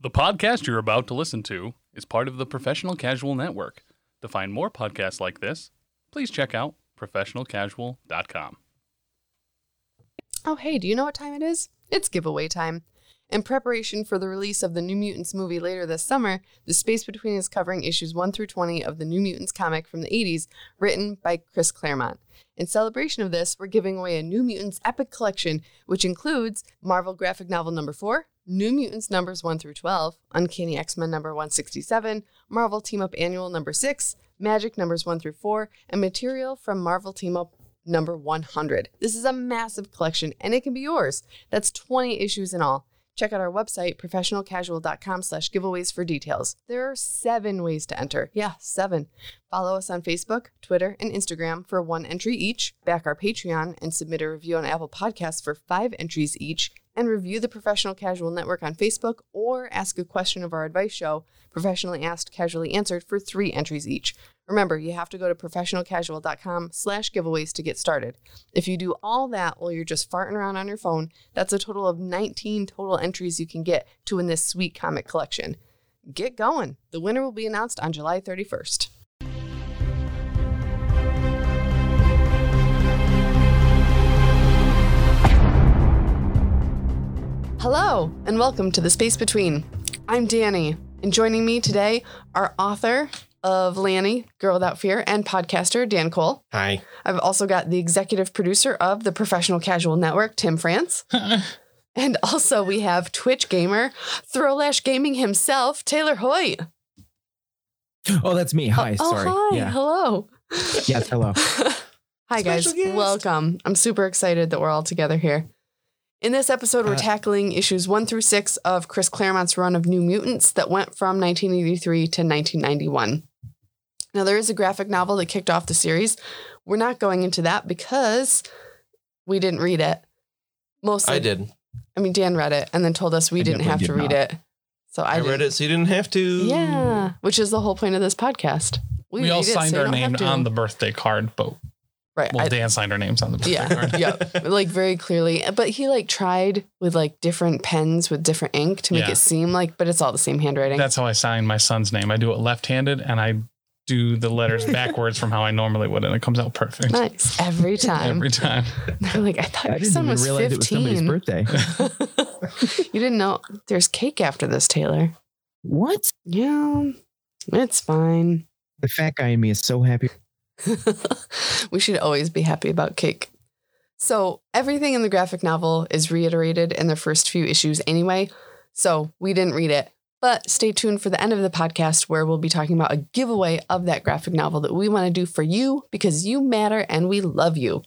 The podcast you're about to listen to is part of the Professional Casual Network. To find more podcasts like this, please check out professionalcasual.com. Oh, hey, do you know what time it is? It's giveaway time. In preparation for the release of the New Mutants movie later this summer, The Space Between is covering issues 1 through 20 of the New Mutants comic from the 80s, written by Chris Claremont. In celebration of this, we're giving away a New Mutants epic collection, which includes Marvel graphic novel number 4, New Mutants numbers 1 through 12, Uncanny X Men number 167, Marvel Team Up Annual number 6, Magic numbers 1 through 4, and material from Marvel Team Up number 100. This is a massive collection and it can be yours. That's 20 issues in all. Check out our website, professionalcasual.com slash giveaways for details. There are seven ways to enter. Yeah, seven. Follow us on Facebook, Twitter, and Instagram for one entry each. Back our Patreon and submit a review on Apple Podcasts for five entries each. And review the Professional Casual Network on Facebook or ask a question of our advice show, Professionally Asked, Casually Answered, for three entries each. Remember, you have to go to professionalcasual.com slash giveaways to get started. If you do all that while you're just farting around on your phone, that's a total of 19 total entries you can get to win this sweet comic collection. Get going. The winner will be announced on July 31st. Hello, and welcome to The Space Between. I'm Danny, and joining me today are author of Lanny, Girl Without Fear, and podcaster Dan Cole. Hi. I've also got the executive producer of the Professional Casual Network, Tim France. and also we have Twitch gamer, Throwlash Gaming himself, Taylor Hoyt. Oh, that's me. Hi. oh, Sorry. hi. Yeah. Hello. Yes. Hello. Hi, guys. Special guest. Welcome. I'm super excited that we're all together here. In this episode, we're Uh, tackling issues one through six of Chris Claremont's run of New Mutants that went from 1983 to 1991. Now, there is a graphic novel that kicked off the series. We're not going into that because we didn't read it. Mostly, I did. I mean, Dan read it and then told us we I didn't have to definitely did read it. So I, I, read didn't. it, so you didn't have to. Yeah, which is the whole point of this podcast. We, read all it so signed you our don't have name to. on the birthday card, but right. well, I- Dan signed our names on the birthday yeah, card. yeah, like very clearly. But he like tried with like different pens with different ink to make Yeah. it seem like, but it's all the same handwriting. That's how I sign my son's name. I do it left-handed, and I do the letters backwards from how I normally would, and it comes out perfect nice every time. every time. like I thought I your didn't son even was realize it was somebody's fifteen. birthday. you didn't know there's cake after this, Taylor. what? Yeah, it's fine. The fat guy in me is so happy. we should always be happy about cake. So, everything in the graphic novel is reiterated in the first few issues anyway. So, we didn't read it. But stay tuned for the end of the podcast where we'll be talking about a giveaway of that graphic novel that we want to do for you because you matter and we love you.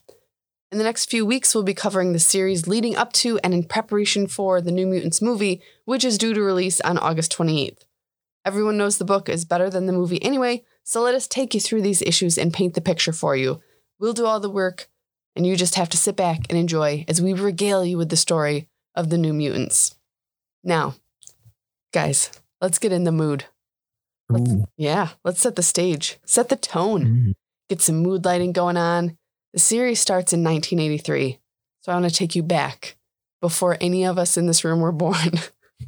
In the next few weeks, we'll be covering the series leading up to and in preparation for the New Mutants movie, which is due to release on August 28th. Everyone knows the book is better than the movie anyway, so let us take you through these issues and paint the picture for you. We'll do all the work, and you just have to sit back and enjoy as we regale you with the story of the New Mutants. Now, guys, let's get in the mood. Ooh. Yeah, let's set the stage, set the tone Mm. get some mood lighting going on. The series starts in 1983. So I want to take you back before any of us in this room were born.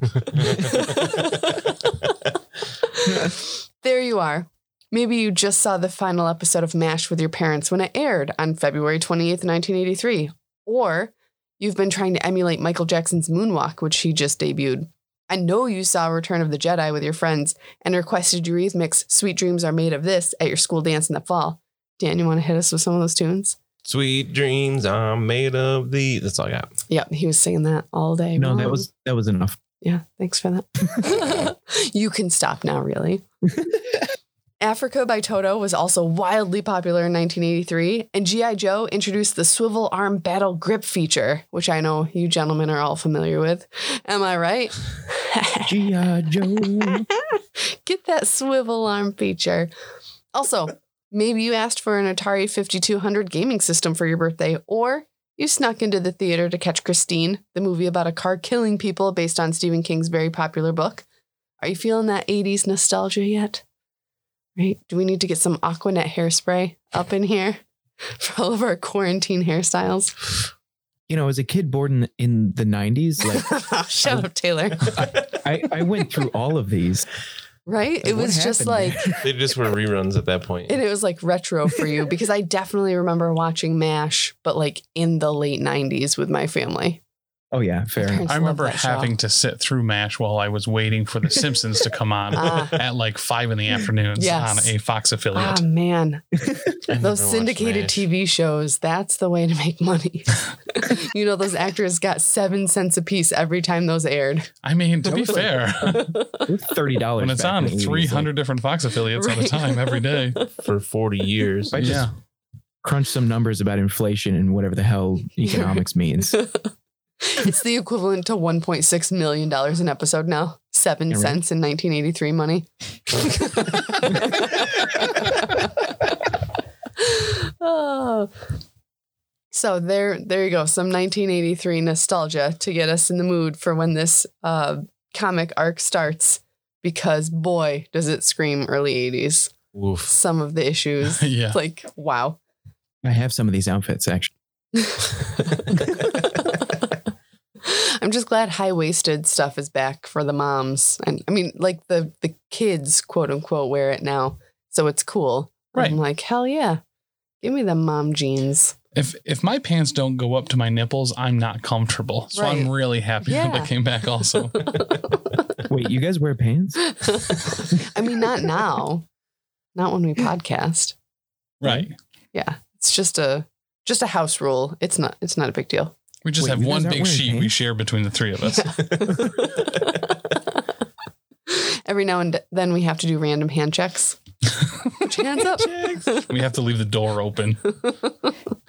there you are. Maybe you just saw the final episode of MASH with your parents when it aired on February 28th, 1983. Or you've been trying to emulate Michael Jackson's Moonwalk, which he just debuted. I know you saw Return of the Jedi with your friends and requested Eurythmics' Sweet Dreams Are Made of This at your school dance in the fall. Dan, you want to hit us with some of those tunes? Sweet dreams are made of the. That's all I got. Yep, he was singing that all day. No, that long. was that was enough. Yeah, thanks for that. you can stop now, really. Africa by Toto was also wildly popular in 1983, and G.I. Joe introduced the swivel arm battle grip feature, which I know you gentlemen are all familiar with. Am I right? G.I. Joe. Get that swivel arm feature. Also, maybe you asked for an Atari 5200 gaming system for your birthday, or you snuck into the theater to catch Christine, the movie about a car killing people based on Stephen King's very popular book. Are you feeling that 80s nostalgia yet? Right? Do we need to get some Aquanet hairspray up in here for all of our quarantine hairstyles? you know, as a kid born in, in the 90s, like Shut up, Taylor. I, I went through all of these. Right? Like, it what was just happened like, there? They just were reruns at that point. and it was like retro for you because I definitely remember watching MASH, but like in the late 90s with my family. Oh, yeah, fair. just I love remember that show. having to sit through MASH while I was waiting for The Simpsons to come on Ah. at like five in the afternoon Yes. on a Fox affiliate. Ah, man. I never Those watched syndicated MASH. TV shows, that's the way to make money. you know, those actors got seven cents a piece every time those aired. I mean, to be Totally. fair, It was $30. when it's back in on the 80s, 300 like, different Fox affiliates at a Right. time every day. for 40 years. I just- yeah. crunch some numbers about inflation and whatever the hell economics means. It's the equivalent to $1.6 million an episode now. Seven Yeah, right. cents in 1983 money. oh. So there, there you go. Some 1983 nostalgia to get us in the mood for when this uh, comic arc starts. Because boy, does it scream early 80s. Woof. Some of the issues. yeah. It's like, wow. I have some of these outfits, actually. I'm just glad high waisted stuff is back for the moms, and I mean, like the the kids, quote unquote, wear it now, so it's cool. Right. I'm like, hell yeah, give me the mom jeans. If if my pants don't go up to my nipples, I'm not comfortable. So I'm Right. really happy that Yeah. they came back also. Wait, you guys wear pants? I mean, not now, not when we podcast. right. Yeah, it's just a just a house rule. It's not it's not a big deal. We just Wait, have you guys one aren't big wearing sheet we pants? share between the three of us. Every now and then we have to do random hand checks. Put your hands up. we have to leave the door open.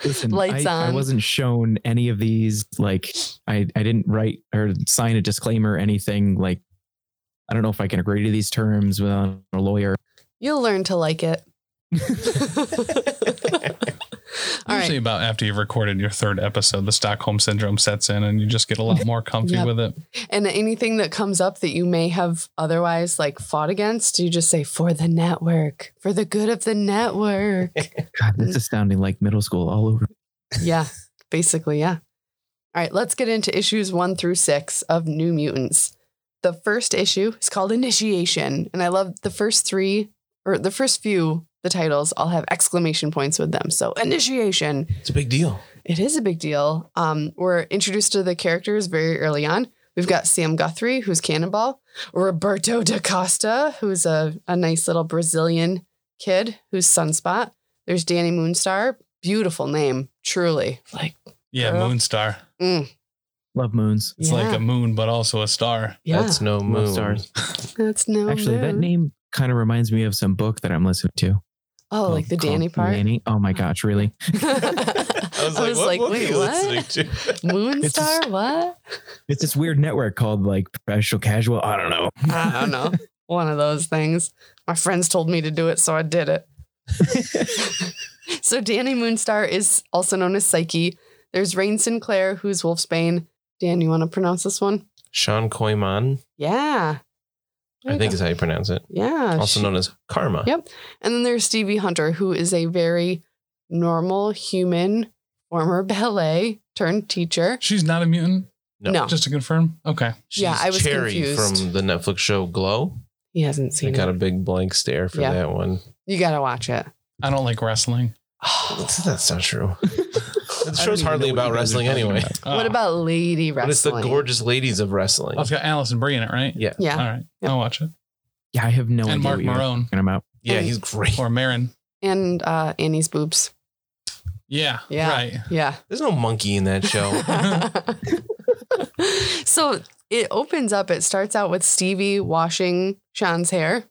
Listen, Lights I, I on. wasn't shown any of these. Like, I, I didn't write or sign a disclaimer or anything. Like, I don't know if I can agree to these terms without a lawyer. You'll learn to like it. All Usually right. about after you've recorded your third episode, the Stockholm syndrome sets in and you just get a lot more comfy Yep. with it. And anything that comes up that you may have otherwise like fought against, you just say for the network, for the good of the network. God, Mm. this is sounding like middle school all over. yeah, basically, yeah. All right, let's get into issues one through six of New Mutants. The first issue is called Initiation, and I love the first three or the first few. The titles all have exclamation points with them. So initiation, It's a big deal. It is a big deal. Um, we're introduced to the characters very early on. We've got Sam Guthrie, who's Cannonball, Roberto da Costa, who's a, a nice little Brazilian kid who's Sunspot. There's Danny Moonstar, beautiful name, truly. Like, Yeah, Girl. moon star. mm, Love moons. It's yeah, like a moon, but also a star. yeah, That's no moon. Love stars. that's no Actually, that moon. name kind of reminds me of some book that I'm listening to. Oh, like called- the called Danny part. Danny. Oh my gosh, really? I was like, book are wait, you what? listening to? It's Moonstar? just- what? It's this weird network called like professional casual. I don't know. I don't know. One of those things. My friends told me to do it, so I did it. so Danny Moonstar is also known as Psyche. There's Rain Sinclair, who's Wolfsbane. Dan, you want to pronounce this one? Sean Koyman, Yeah. I think is how you pronounce it. Yeah. Also known as Karma. Uh, Yep. And then there's Stevie Hunter, who is a very normal human, former ballet turned teacher. She's not a mutant, No. No. just to confirm. Okay. Yeah, I was Cherry confused. from the Netflix show Glow. He hasn't I seen got it. a big blank stare for Yeah. that one. You got to watch it. I don't like wrestling. That's not true. the I don't show's even hardly about know what you guys are wrestling talking anyway. about. Oh. What about Lady But it's the Wrestling? gorgeous ladies of wrestling. Oh, it's got Allison Brie in it, right? Yeah. Yeah. All right. Yep. I'll watch it. Yeah, I have no idea and Mark what you're Marone talking about. Yeah, And- he's great. or Marin. And uh, Annie's boobs. Yeah. Yeah. Right. Yeah. There's no monkey in that show. so it opens up. It starts out with Stevie washing Sean's hair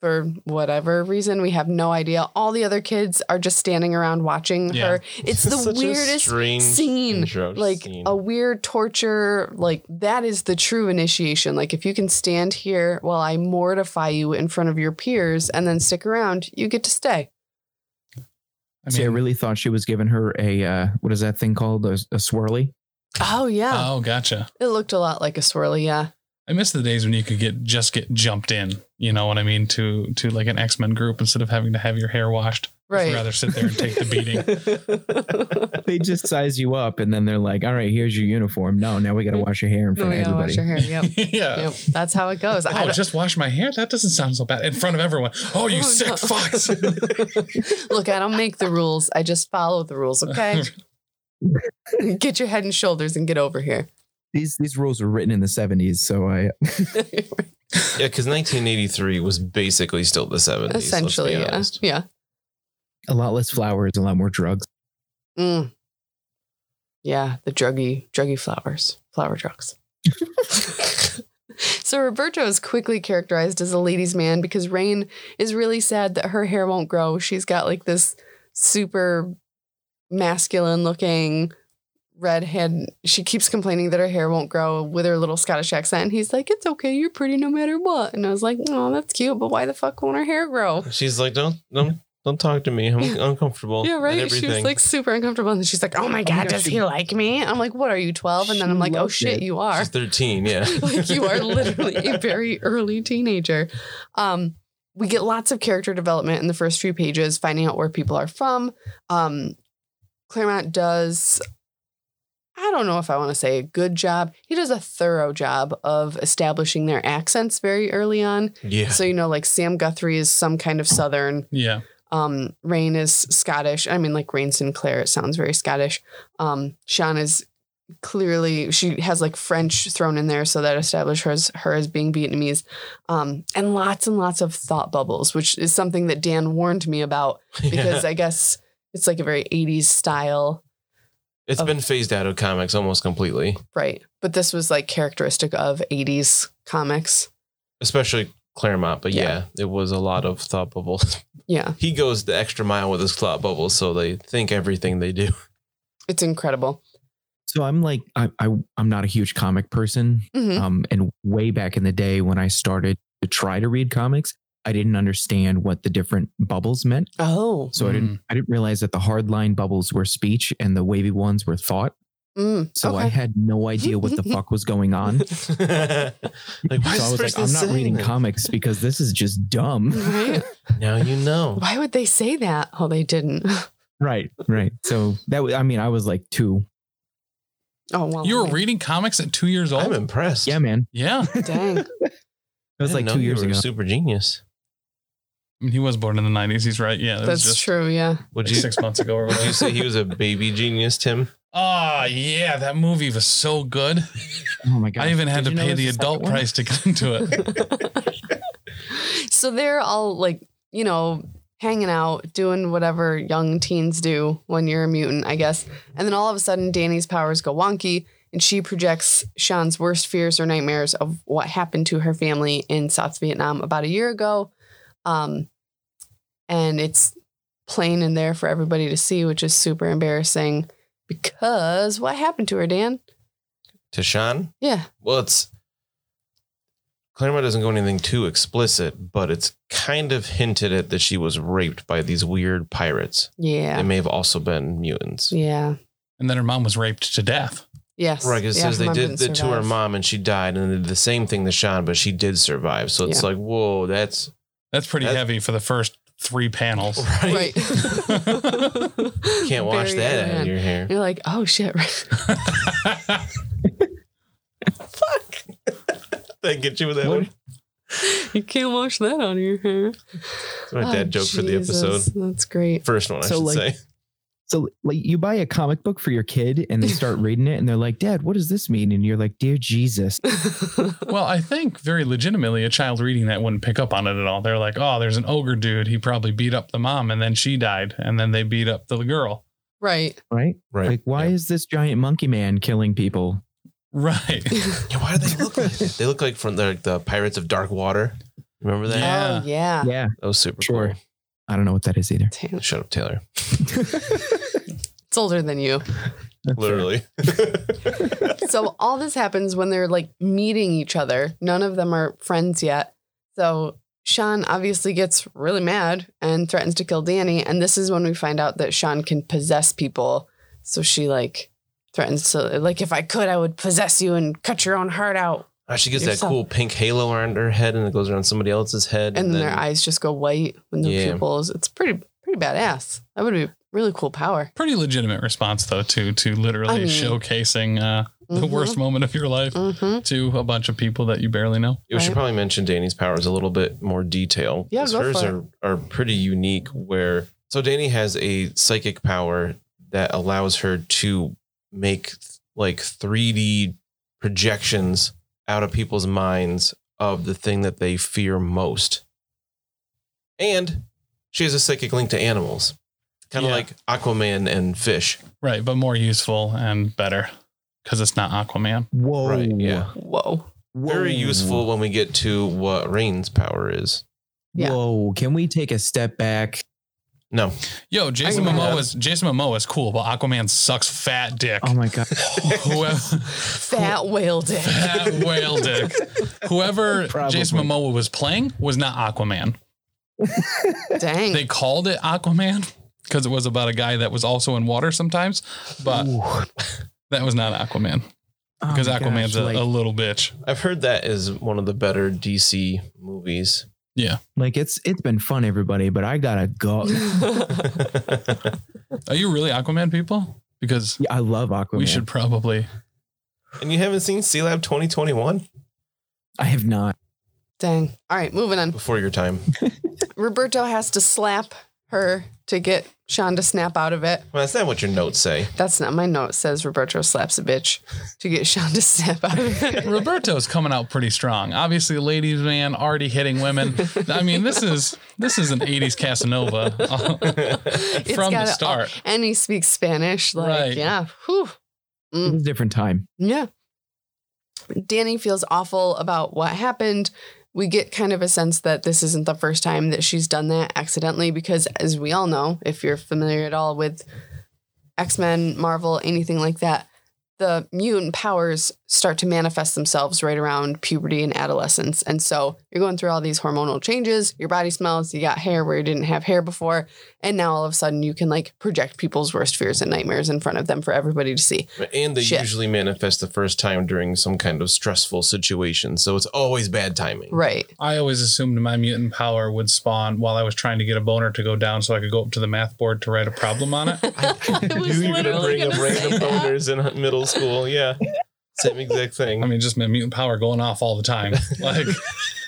for whatever reason. We have no idea. All the other kids are just standing around watching Yeah. her. It's the Such a weirdest strange scene, intro like scene. a weird torture like that is the true initiation like if you can stand here while i mortify you in front of your peers and then stick around you get to stay I See, I really thought she was giving her a uh, what is that thing called? A, a swirly. oh Uh, yeah Oh, gotcha. it looked a lot like a swirly yeah I miss the days when you could get just get jumped in. You know what I mean? To to like an X Men group instead of having to have your hair washed. I'd Right. rather sit there and take the beating. they just size you up and then they're like, all right, here's your uniform. No, now we got to wash your hair in No, front we of gotta everybody. wash your hair. Yep. yeah. yep. That's how it goes. I Oh, don't- just wash my hair? That doesn't sound so bad. In front of everyone. Oh, you Oh, sick no. fucks. Look, I don't make the rules. I just follow the rules, okay? get your head and shoulders and get over here. These these rules were written in the 70s, so I Yeah, because 1983 was basically still the 70s. let's be Essentially, yeah. honest. Yeah. a lot less flowers, a lot more drugs. Mm. Yeah, the druggy, druggy flowers, flower drugs. so Roberto is quickly characterized as a ladies' man because Rain is really sad that her hair won't grow. She's got like this super masculine looking redhead. She keeps complaining that her hair won't grow with her little Scottish accent. And he's like, It's okay, you're pretty no matter what. And I was like, Oh, that's cute, but why the fuck won't her hair grow? She's like, don't, don't, don't talk to me. I'm Yeah. uncomfortable. Yeah, and right. She everything. was like super uncomfortable. And then she's like, Oh my God, God, does she- he like me? I'm like, What are you, 12? And then She I'm like, Oh loved shit, it. you are. She's 13. Yeah. like, you are literally a very early teenager. Um, we get lots of character development in the first few pages, finding out where people are from. Um, Claremont does, I don't know if I want to say a good job. He does a thorough job of establishing their accents very early on. Yeah. So, you know, like Sam Guthrie is some kind of Southern yeah. um, Rain is Scottish. I mean, like Rain Sinclair, it sounds very Scottish. Um, Sean is clearly she has like French thrown in there, so that established her as, her as being Vietnamese. Um, and lots and lots of thought bubbles, which is something that Dan warned me about because yeah. I guess it's like a very '80s style, it's of- been phased out of comics almost completely, right? But this was like characteristic of '80s comics. especially Claremont. But Yeah. yeah, it was a lot of thought bubbles. Yeah, he goes the extra mile with his thought bubbles, so they think everything they do. it's incredible. So I'm like, I, I I'm not a huge comic person. Mhm. Um, and way back in the day when I started to try to read comics, I didn't understand what the different bubbles meant. Oh, So I didn't I didn't realize that the hard line bubbles were speech and the wavy ones were thought. mm, So I okay. had no idea what the fuck was going on. like, why is so I this was like, person I'm not saying reading this? comics because this is just dumb. Right? Now you know. Why would they say that? Oh, they didn't. Right, right. So that was, I mean, I was like two. Oh well. You were yeah. reading comics at two years I'm old? impressed. Yeah, man. yeah. I Dang. It It was I like didn't two know years you were ago. a Super genius. mean, he was born in the 90s. He's right. Yeah. That That's was just true. Yeah. Would like you six months ago or would you whatever. say he was a baby genius, Tim? Ah, yeah. That movie was so good. oh my god! I even had to Did you know pay it's the second adult one? price to get into it. So they're all like, you know, hanging out, doing whatever young teens do when you're a mutant, I guess. And then all of a sudden, Danny's powers go wonky, and she projects Sean's worst fears or nightmares of what happened to her family in South Vietnam about a year ago. Um, and it's plain in there for everybody to see, which is super embarrassing because what happened to her, Dan? To Sean? Yeah. Well, it's Claremont doesn't go anything too explicit, but it's kind of hinted at that she was raped by these weird pirates. They Yeah. may have also been mutants. Yeah. And then her mom was raped to death. Yes. Right, 'cause it Yeah, says they mom did didn't that to her survive. mom and she died, and they did the same thing to Sean, but she did survive. So it's like, whoa, that's That's pretty That's- heavy for the first three panels. right. Right. Can't wash Very that out early of on. your hair. You're like, oh shit. right. They get you with that What? one. you can't wash that on your hair. That's my dad joke for the episode. Oh, Jesus, That's great. First one, I So, should like- say. So like you buy a comic book for your kid and they start reading it and they're like, Dad, what does this mean? And you're like, Dear Jesus. Well, I think very legitimately, a child reading that wouldn't pick up on it at all. They're like, oh, there's an ogre dude. He probably beat up the mom and then she died. And then they beat up the girl. right. Right? Right. Like, why Yeah. is this giant monkey man killing people? Right. Oh, Yeah, why do they look like that? They look like from the, like the Pirates of Dark Water. Remember that? Yeah. Oh yeah. Yeah. That was super Sure. cool. I don't know what that is either. Damn, Shut up, Taylor. It's older than you. Literally. so all this happens when they're like meeting each other. None of them are friends yet. So Sean obviously gets really mad and threatens to kill Danny. And this is when we find out that Sean can possess people. So she like threatens to like if I could, I would possess you and cut your own heart out. Ah, she gets You're that so- cool pink halo around her head and it goes around somebody else's head. And, then, their eyes just go white when their Yeah. pupils. It's pretty pretty pretty badass. That would be a really cool power. Pretty legitimate response though to to literally I mean- showcasing uh, the Mhm. worst moment of your life Mm-hmm. to a bunch of people that you barely know. We should Right. probably mention Danny's powers a little bit more detail. Yeah, 'cause go hers for are, are pretty unique where so Danny has a psychic power that allows her to make like 3D projections out of people's minds of the thing that they fear most. And she has a psychic link to animals. Kind of Yeah. like Aquaman and fish. Right, but more useful and better because it's not Aquaman. Whoa. Right, yeah. Whoa. Very useful when we get to what Rain's power is. Yeah. Whoa. Can we take a step back? No. Yo, Jason remember Momoa is Jason Momoa is cool, but Aquaman sucks fat dick. Oh my God. Whoever Fat whale dick. fat whale dick. Whoever Probably. Jason Momoa was playing was not Aquaman. Dang. They called it Aquaman because it was about a guy that was also in water sometimes, but that was not Aquaman because Aquaman's a, Oh like, a little bitch. I've heard that is one of the better DC movies. like it's it's been fun, everybody, but I gotta go. and Are you really Aquaman people? Because Yeah, I love Aquaman. we should probably. you haven't seen C Lab 2021 I have not. Dang. All right, moving on. before your time. Roberto has to slap her to get Sean to snap out of it. Well, that's not what your notes say. That's not my note. It says Roberto slaps a bitch to get Sean to snap out of it. Roberto's coming out pretty strong. Obviously, ladies man already hitting women. I mean, this is this is an '80s Casanova It's from the gotta- uh, start. and he speaks Spanish. Like, Right. yeah. Whew. Mm-hmm. It Mm. was a different time. Yeah. Danny feels awful about what happened. We get kind of a sense that this isn't the first time that she's done that accidentally, because as we all know, if you're familiar at all with X Men, Marvel, anything like that, the mutant powers start to manifest themselves right around puberty and adolescence. And so you're going through all these hormonal changes, your body smells, you got hair where you didn't have hair before. And now all of a sudden you can like project people's worst fears and nightmares in front of them for everybody to see. And they Shit. usually manifest the first time during some kind of stressful situation. So it's always bad timing. Right. I always assumed my mutant power would spawn while I was trying to get a boner to go down, so I could go up to the math board to write a problem on it. I Knew you were gonna bring up random boners in middle school. Yeah. Same exact I thing. mean, just my mutant power going off all the time. Like,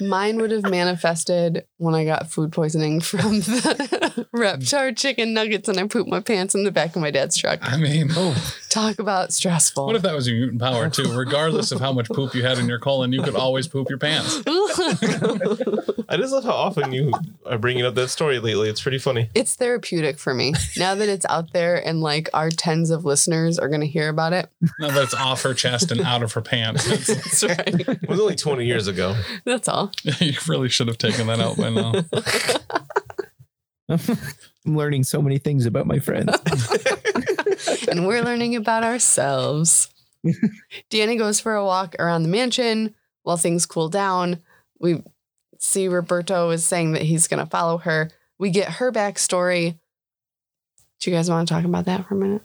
Mine would have manifested when I got food poisoning from the Reptar chicken nuggets and I pooped my pants in the back of my dad's truck. I mean, Oh. Talk about stressful. what if that was your mutant power too? Regardless of how much poop you had in your colon, you could always poop your pants. I just love how often you are bringing up that story lately. It's pretty funny. it's therapeutic for me. Now that it's out there and like our tens of listeners are going to hear about it. Now that's off her chest and out of her pants. It's- That's right. It was only 20 years ago. That's all. you really should have taken that out by now. I'm learning so many things about my friends. and we're learning about ourselves. Danny goes for a walk around the mansion while things cool down. We see Roberto is saying that he's going to follow her. We get her backstory. Do you guys want to talk about that for a minute?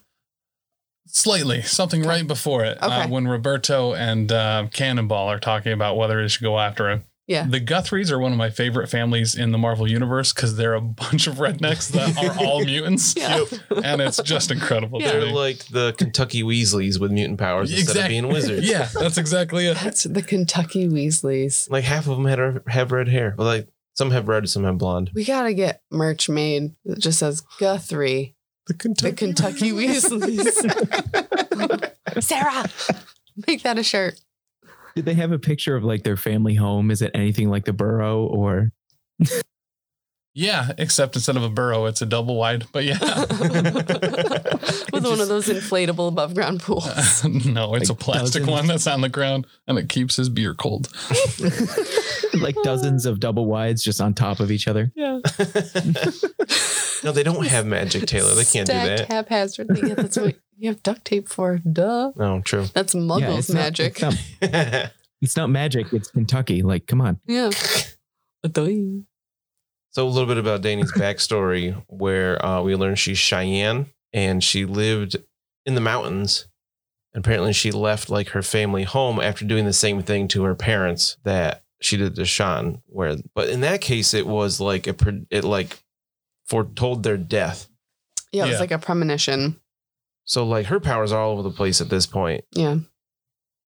Slightly, something right before it, uh, Okay. when Roberto and uh, Cannonball are talking about whether they should go after him. Yeah. The Guthries are one of my favorite families in the Marvel Universe because they're a bunch of rednecks that are all mutants. Yeah. And it's just incredible. to They're me. like the Kentucky Weasleys with mutant powers instead of Exact- being wizards. Yeah, that's exactly it. That's the Kentucky Weasleys. Like half of them had have red hair. Well, like some have red, some have blonde. We got to get merch made that just says Guthrie, The Kentucky, the Kentucky Weasleys. Sarah, make that a shirt. Did they have a picture of like their family home? Is it anything like the burrow or Yeah, except instead of a burrow, it's a double wide. But yeah. with one of those inflatable above ground pools. no, it's Like a plastic dozens. one that's on the ground and it keeps his beer cold. like dozens of double wides just on top of each other? no, they don't have magic, Taylor. They can't do Stacked that. haphazardly. Yeah, that's what you have duct tape for. Duh. No, Oh, true. That's muggles it's not- magic. it's not- it's not magic. It's Kentucky. Like, come on. yeah. Duh. so a little bit about Danny's backstory, where uh, we learned she's Cheyenne and she lived in the mountains. Apparently, she left like her family home after doing the same thing to her parents that she did to Sean. Where, but in that case, it was like a pro- it like foretold their death. Yeah, it was Yeah. like a premonition. So like her powers are all over the place at this point. Yeah.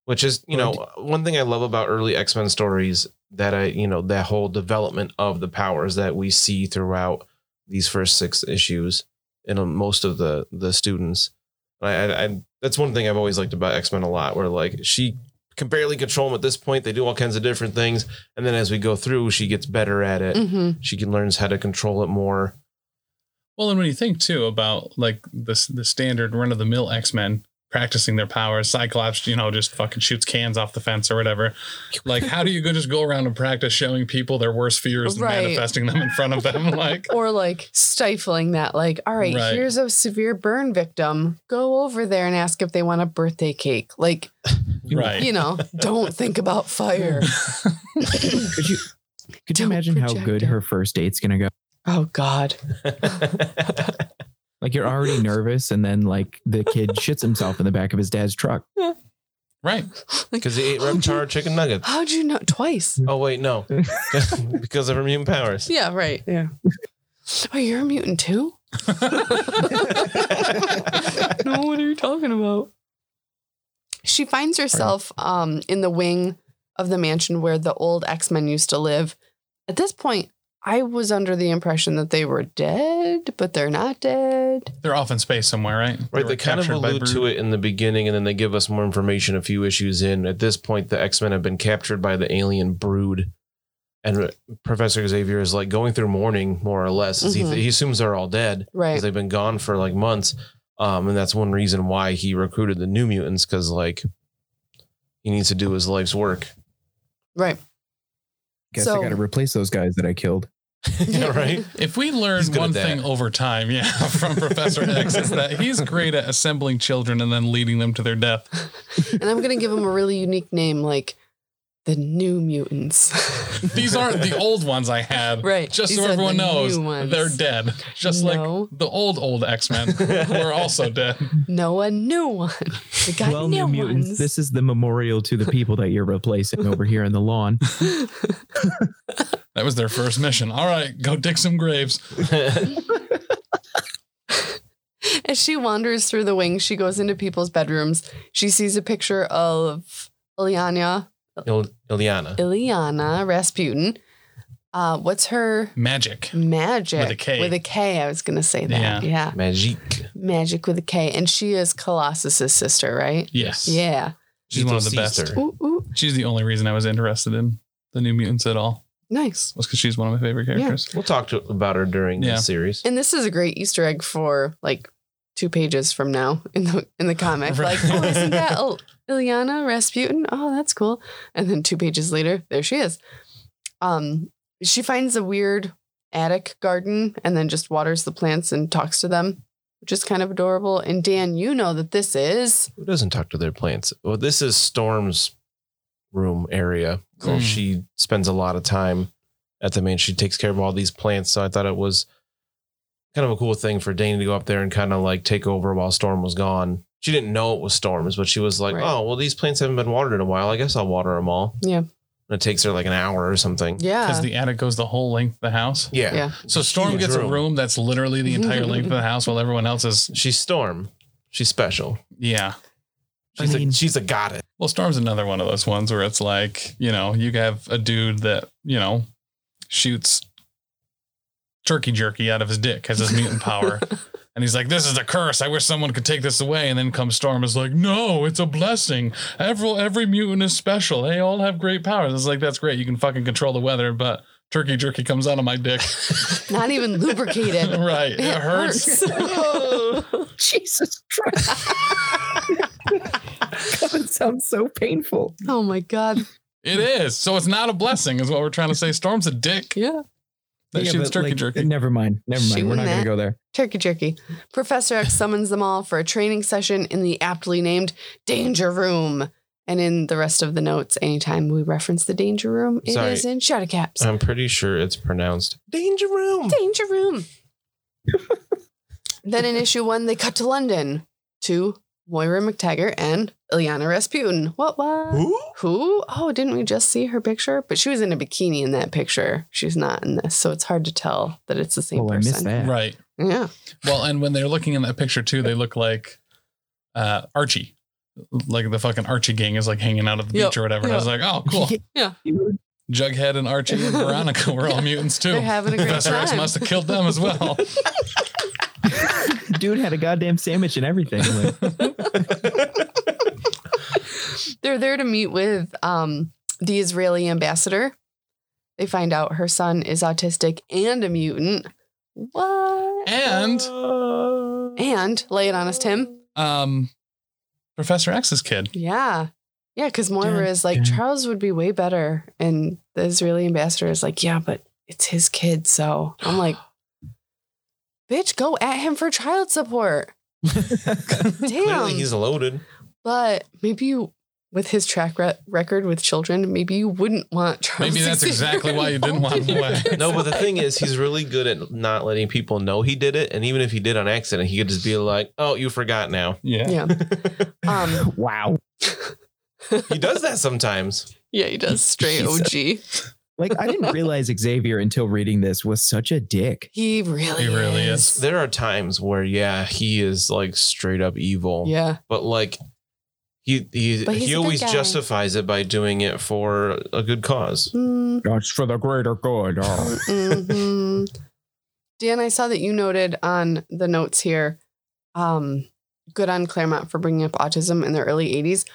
Which is, you know, one thing I love about early X-Men stories that I, you know, that whole development of the powers that we see throughout these first six issues and uh, most of the the students. I, I, I that's one thing I've always liked about X-Men a lot where like she can barely control them at this point. They do all kinds of different things and then as we go through, she gets better at it. hmm She can learns how to control it more. Well, and when you think too about like the the standard run of the mill X Men practicing their powers, Cyclops, you know, just fucking shoots cans off the fence or whatever. Like, how do you go just go around and practice showing people their worst fears and Right. manifesting them in front of them? Like, Or like stifling that, like, all right, Right. here's a severe burn victim. Go over there and ask if they want a birthday cake. Like, right? you know, don't think about fire. Could you could you Don't imagine how project good it. her first date's gonna go? Oh God. Like you're already nervous, and then like the kid shits himself in the back of his dad's truck. Right. Because he ate Reptar chicken nuggets. How'd you know twice? Oh wait, no, because of her immune powers. Yeah, right. Yeah. Oh, you're a mutant too? no, what are you talking about? She finds herself um, in the wing of the mansion where the old X Men used to live. At this point, I was under the impression that they were dead, but they're not dead. They're off in space somewhere, right? Right, they kind of allude to it in the beginning, and then they give us more information a few issues in. At this point, the X Men have been captured by the alien brood, and Professor Xavier is like going through mourning, more or less. as Mhm. He, he assumes they're all dead because Right. they've been gone for like months, um, and that's one reason why he recruited the New Mutants because like he needs to do his life's work. right. Guess So- I gotta replace those guys that I killed. yeah, right. If we learn He's good at one that. thing over time, yeah, from Professor X, is that he's great at assembling children and then leading them to their death. And I'm going to give them a really unique name like the New Mutants. These aren't the old ones I had. Right. Just These so are everyone the new knows, ones. they're dead. Just No. like the old, old X Men were also dead. no, a new one. We got new, ones. This is the memorial to the people that you're replacing over here in the lawn. That was their first mission. All right, go dig some graves. As she wanders through the wing, she goes into people's bedrooms. She sees a picture of Ilyana, Il- Ileana. Ilyana Rasputin. Uh, what's her Magic. magic? With a K. With a K, I was going to say Yeah. that. Yeah. Magique. Magic with a K. And she is Colossus's sister, right? Yes. Yeah. She's one of the Tito best. Caesar. Ooh, ooh. She's the only reason I was interested in the New Mutants at all, Nice. was because she's one of my favorite characters. We'll talk to, about her during Yeah. the series. And this is a great Easter egg for like two pages from now in the in the comic. Right. Like, oh, isn't that Il- Ilyana Rasputin? Oh, that's cool. And then two pages later, there she is. Um, she finds a weird attic garden and then just waters the plants and talks to them, which is kind of adorable. And Dan, you know that this is Who doesn't talk to their plants? Well, this is Storm's room area where Hmm. she spends a lot of time at the mansion. She takes care of all these plants. So I thought it was kind of a cool thing for Dane to go up there and kind of like take over while Storm was gone. She didn't know it was Storm's, but she was like, Right. oh, well, these plants haven't been watered in a while. I guess I'll water them all. Yeah. And it takes her like an hour or something. Because yeah. the attic goes the whole length of the house. Yeah. Yeah. So Storm Huge gets a room that's literally the entire length of the house while everyone else is, She's Storm. She's special. yeah. I She's, mean- a, she's a goddess. Well, Storm's another one of those ones where it's like, you know, you have a dude that, you know, shoots turkey jerky out of his dick as his mutant power. And he's like, this is a curse. I wish someone could take this away. And then comes Storm is like, no, it's a blessing. Every, every mutant is special. They all have great powers. It's like, that's great. You can fucking control the weather, but turkey jerky comes out of my dick. Not even lubricated. right. It, It hurts. hurts. Jesus Christ. that sounds so painful. oh my God. It is. So it's not a blessing, is what we're trying to say. Storm's a dick Yeah. that shoots turkey jerky. uh, Never mind. Never mind. Shooting We're not that. gonna go there. Turkey jerky. Professor X summons them all for a training session in the aptly named Danger Room. And in the rest of the notes, anytime we reference the Danger Room, it is Sorry. Uh. in Shadow Caps. I'm pretty sure it's pronounced Danger Room. Danger Room. then in issue one, they cut to London. Two, Moira McTaggart and Ileana Rasputin. What what? Who? Who? Oh, didn't we just see her picture? But she was in a bikini in that picture. She's not in this, so it's hard to tell that it's the same Oh, I person. missed that. Right. Yeah. Well, and when they're looking in that picture too, they look like uh, Archie. Like the fucking Archie gang is like hanging out at the Yep, beach or whatever. And I was like, oh, cool. Yeah. Jughead and Archie and Veronica were all mutants too. They're having a great Professor X time. Oh. must have killed them as well. Dude had a goddamn sandwich and everything. Like, They're there to meet with um, the Israeli ambassador. They find out her son is autistic and a mutant. What? And And lay it on us, Tim. um, Professor X's kid. Yeah. Yeah, because Moira Dun, is like, dun. Charles would be way better. And the Israeli ambassador is like, yeah, but it's his kid. So I'm like, bitch, go at him for child support. Damn. Clearly, he's loaded. but maybe you, with his track re- record with children, maybe you wouldn't want Charles. Maybe that's Xavier exactly why you didn't involved want him in your away. kid's No, but the life. thing is, he's really good at not letting people know he did it. And even if he did on accident, he could just be like, "Oh, you forgot now." Yeah. um, wow. He does that sometimes. yeah, he does straight Jesus. OG. Like I didn't realize Xavier until reading this was such a dick. He really, He really is. There are times where, yeah, he is like straight up evil. Yeah, but like he he But he's he a good always guy. justifies it by doing it for a good cause. Mm, That's for the greater good. Oh. mhm. Dan, I saw that you noted on the notes here. Um, good on Claremont for bringing up autism in the early '80s.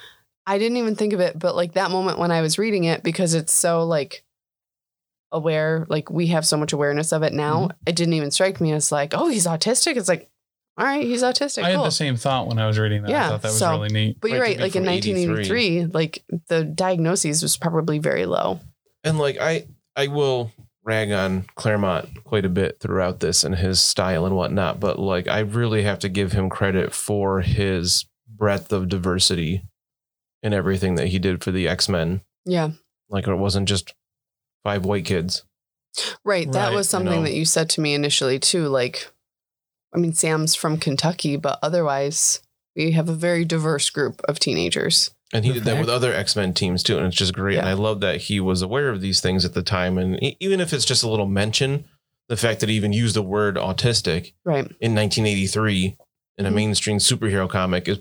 I didn't even think of it, but like that moment when I was reading it, because it's so like aware, like we have so much awareness of it now. Mm-hmm. It didn't even strike me as like, oh, he's autistic. It's like, all right, he's autistic. I had cool. the same thought when I was reading that. Yeah, I thought that was so- really neat. but you're right, right. to Like be in from 1983, like the diagnoses was probably very low. And like I I will rag on Claremont quite a bit throughout this and his style and whatnot, but like I really have to give him credit for his breadth of diversity and everything that he did for the X Men. Yeah. Like it wasn't just five white kids. Right. That Right, was you something know. that you said to me initially, too. Like, I mean, Sam's from Kentucky, but otherwise, we have a very diverse group of teenagers. And he The did that with other X Men teams too, and it's just great. And Yeah. I love that he was aware of these things at the time, and e- even if it's just a little mention, the fact that he even used the word autistic Right. in 1983 in a Mhm. mainstream superhero comic is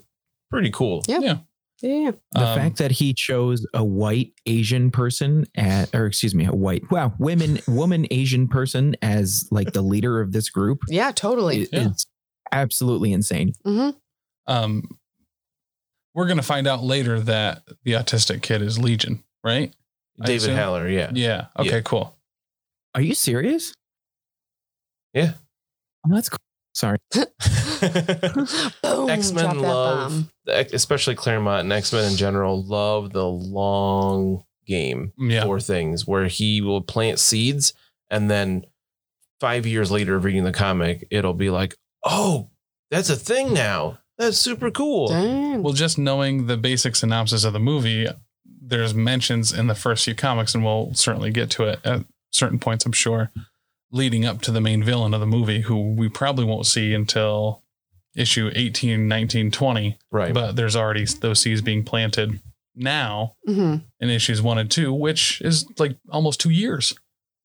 pretty cool. Yeah. Yeah. The Um, fact that he chose a white Asian person, at, or excuse me, a white wow women woman Asian person as like the leader of this group Yeah, totally. is Yeah. is absolutely insane. hmm um, we're going to find out later that the autistic kid is Legion, right? I David assume. Haller, yeah. Yeah. Okay, Yeah. cool. Are you serious? Yeah. Oh, that's cool. Sorry. Boom. X drop that Men love, bomb. the X- especially Claremont and X Men in general, love the long game Yeah. for things where he will plant seeds and then five years later of reading the comic it'll be like oh that's a thing now that's super cool Dang. Well, just knowing the basic synopsis of the movie, there's mentions in the first few comics, and we'll certainly get to it at certain points, I'm sure, leading up to the main villain of the movie, who we probably won't see until issue 18, 19, 20. right But there's already those seeds being planted now Mhm. in issues one and two, which is like almost two years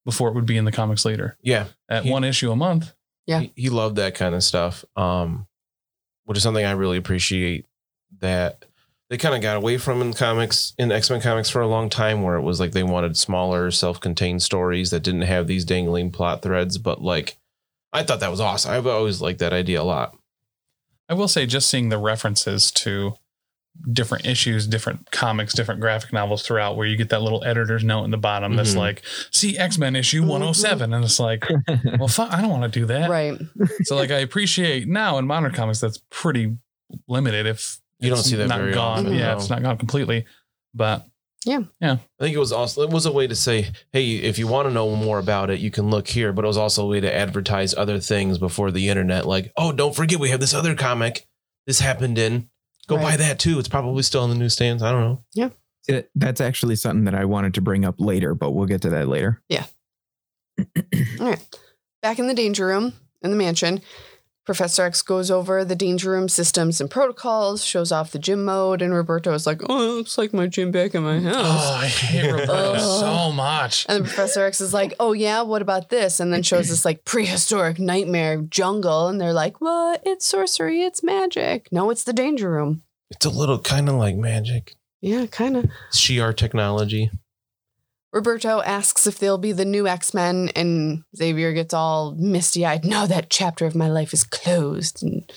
before it would be in the comics later. yeah At He- one issue a month. Yeah. He, he loved that kind of stuff um which is something i really appreciate that they kind of got away from in comics in x-men comics for a long time where it was like they wanted smaller self-contained stories that didn't have these dangling plot threads but like i thought that was awesome i've always liked that idea a lot I will say, just seeing the references to different issues, different comics, different graphic novels throughout, where you get that little editor's note in the bottom that's Mhm. like, see X Men issue Mhm. 107. And it's like, well, fu I don't want to do that. Right. So, like, I appreciate now in modern comics, that's pretty limited if You don't it's see that not very gone. often, yeah, no. it's not gone completely. But I think it was also it was a way to say, hey, if you want to know more about it, you can look here. But it was also a way to advertise other things before the internet. Like, oh, don't forget we have this other comic. This happened in. Go Right. buy that too. It's probably still in the newsstands. I don't know. It- that's actually something that I wanted to bring up later, but we'll get to that later. Back in the danger room in the mansion, Professor X goes over the danger room systems and protocols, shows off the gym mode, and Roberto is like, "Oh, it looks like my gym back in my house." Oh, I hate Roberto Oh. so much. And then Professor X is like, "Oh yeah, what about this?" And then shows this like prehistoric nightmare jungle, and they're like, "Well, it's sorcery, it's magic. No, it's the danger room." It's a little kind of like magic. Yeah, kind of. Shiar technology. Roberto asks if they'll be the new X Men, and Xavier gets all misty eyed. No, that chapter of my life is closed. And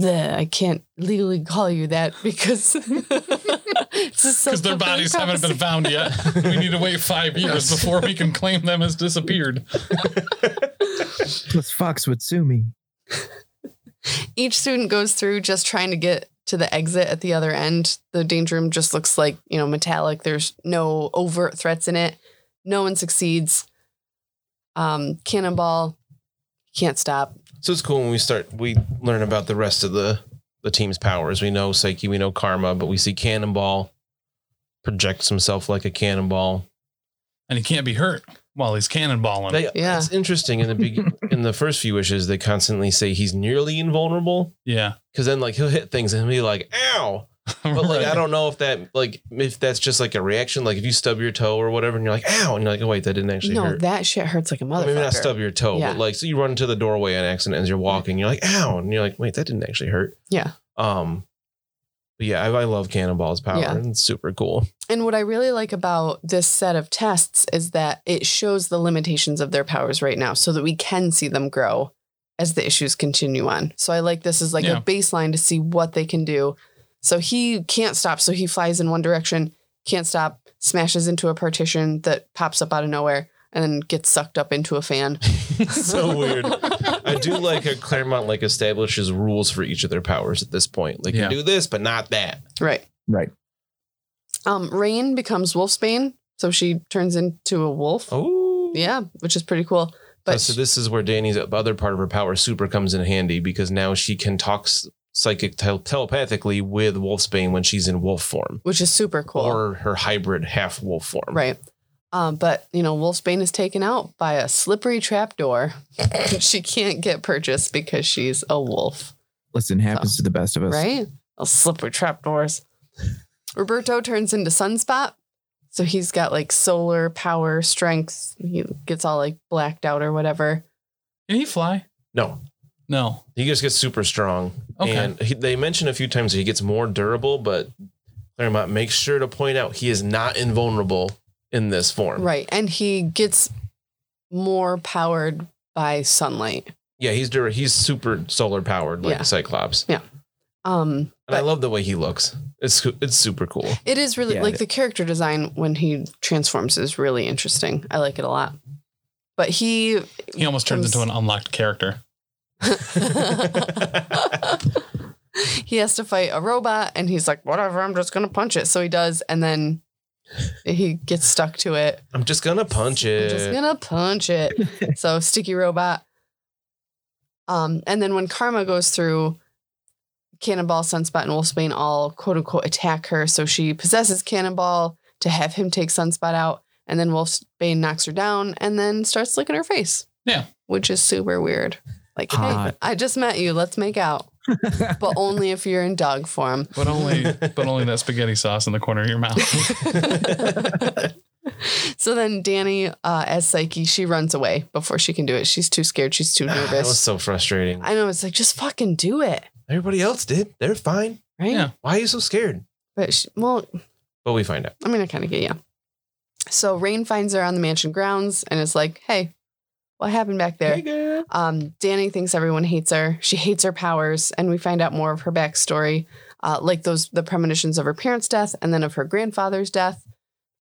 bleh, I can't legally call you that because it's a Because their bodies haven't been found yet. we need to wait five years before we can claim them as disappeared. Plus, Fox would sue me. Each student goes through just trying to get to the exit at the other end. The danger room just looks like, you know, metallic. There's no overt threats in it. No one succeeds. Um, cannonball can't stop. So it's cool when we start. We learn about the rest of the the team's powers. We know Psyche. We know Karma. But we see Cannonball projects himself like a cannonball. And he can't be hurt while he's cannonballing. They, Yeah. It's interesting in the big, in the first few wishes they constantly say he's nearly invulnerable yeah. because then like he'll hit things and be like ow, but like I Right. don't know if that like if that's just like a reaction. Like if you stub your toe or whatever and you're like ow and you're like oh wait that didn't actually No, hurt. that shit hurts like a Well, motherfucker. Maybe not stub your toe, Yeah. but like so you run into the doorway on accident as you're walking, you're like, ow, and you're like, wait, that didn't actually hurt. Yeah. Um but yeah, I, I love Cannonball's power. Yeah. It's super cool. And what I really like about this set of tests is that it shows the limitations of their powers right now so that we can see them grow as the issues continue on. So I like this as like Yeah. a baseline to see what they can do. So he can't stop. So he flies in one direction, can't stop, smashes into a partition that pops up out of nowhere and then gets sucked up into a fan. so weird. I do like how Claremont like establishes rules for each of their powers at this point. They can Yeah. do this, but not that. Right. Right. Um, Rain becomes Wolfsbane. So she turns into a wolf. Oh. Yeah, which is pretty cool. But so this is where Danny's other part of her power super comes in handy because now she can talk s- psychic tel- telepathically with Wolfsbane when she's in wolf form which is super cool. or her hybrid half wolf form. Right. Um, but you know, Wolfsbane is taken out by a slippery trapdoor. she can't get purchased because she's a wolf, Listen, happens to the best of us. right? A slippery trapdoors. Roberto turns into Sunspot, so he's got like solar power, strength. He gets all like blacked out or whatever. Can he fly? No, No. He just gets super strong. Okay. And he, they mention a few times that he gets more durable, but Claremont makes sure to point out he is not invulnerable in this form. Right, and he gets more powered by sunlight. Yeah, he's dur- he's super solar powered like Yeah. Cyclops. Um, And I love the way he looks. It's co- it's super cool. it is really Yeah, like it- the character design when he transforms is really interesting. I like it a lot. But he He almost turns Comes- into an unlocked character. he has to fight a robot and he's like, whatever, I'm just going to punch it. So he does. And then he gets stuck to it. I'm just gonna punch I'm it. just going to punch it. so sticky robot. Um, and then when Karma goes through, Cannonball, Sunspot, and Wolfsbane all quote unquote attack her. So she possesses Cannonball to have him take Sunspot out. And then Wolfsbane knocks her down and then starts licking her face. Yeah. Which is super weird. Like, hey, Hot. I just met you. Let's make out but only if you're in dog form. But only but only that spaghetti sauce in the corner of your mouth. so then Danny, uh, as Psyche, she runs away before she can do it. She's too scared. She's too that was nervous. so frustrating. I know. It's like, just fucking do it. Everybody else did. They're fine. Right. Yeah. Why are you so scared? But she, well, But we find out. I mean, I kind of get you. So Rain finds her on the mansion grounds and is like, hey, what happened back there? girl. Um, Danny thinks everyone hates her. She hates her powers, and we find out more of her backstory, uh, like those the premonitions of her parents' death and then of her grandfather's death.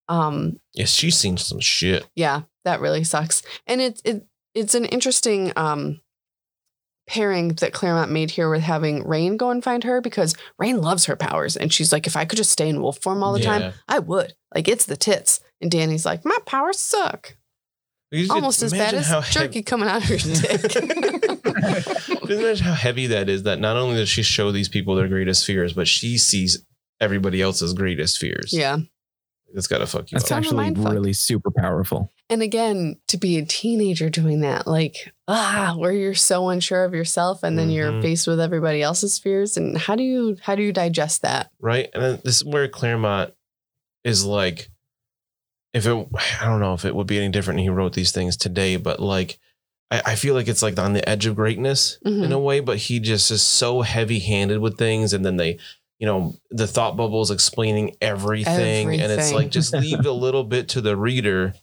Um, Yes, she's seen some shit. yeah, that really sucks. And it's it it's an interesting um pairing that Claremont made here with having Rain go and find her because Rain loves her powers and she's like, if I could just stay in wolf form all the Yeah. time, I would. Like it's the tits. And Danny's like, my powers suck. You just Almost as bad imagine as how jerky heavy- coming out of your dick. Just imagine how heavy that is. That not only does she show these people their greatest fears, but she sees everybody else's greatest fears. yeah. That's gotta fuck you That's up. Sound actually mindfuck. really super powerful. And again, to be a teenager doing that, like, ah, where you're so unsure of yourself and then you're Mhm. faced with everybody else's fears. And how do you how do you digest that? right? And then this is where Claremont is like, if it, I don't know if it would be any different. He wrote these things today, but like, I, I feel like it's like on the edge of greatness in Mhm. a way. But he just is so heavy-handed with things, and then they, you know, the thought bubble is explaining everything, and it's Everything. like just leave a little bit to the reader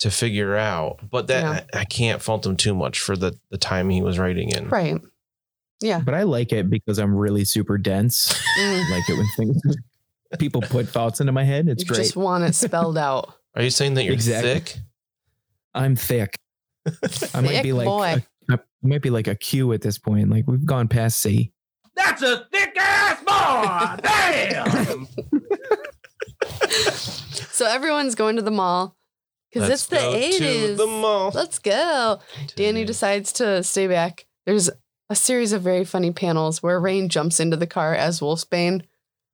to figure out. But that I, I can't fault him too much for the the time he was writing in. Right. Yeah. But I like it because I'm really super dense. Mm. I like it when things people put thoughts into my head. It's you great. just want it spelled out. Are you saying that you're Exactly. thick? I'm thick. I might be Thick like boy. a- I might be like a Q at this point. Like we've gone past C. That's a thick ass boy! Damn! So everyone's going to the mall because Let's it's the go to 80s. the mall. Let's go. Danny Today. decides to stay back. There's a series of very funny panels where Rain jumps into the car as Wolfsbane.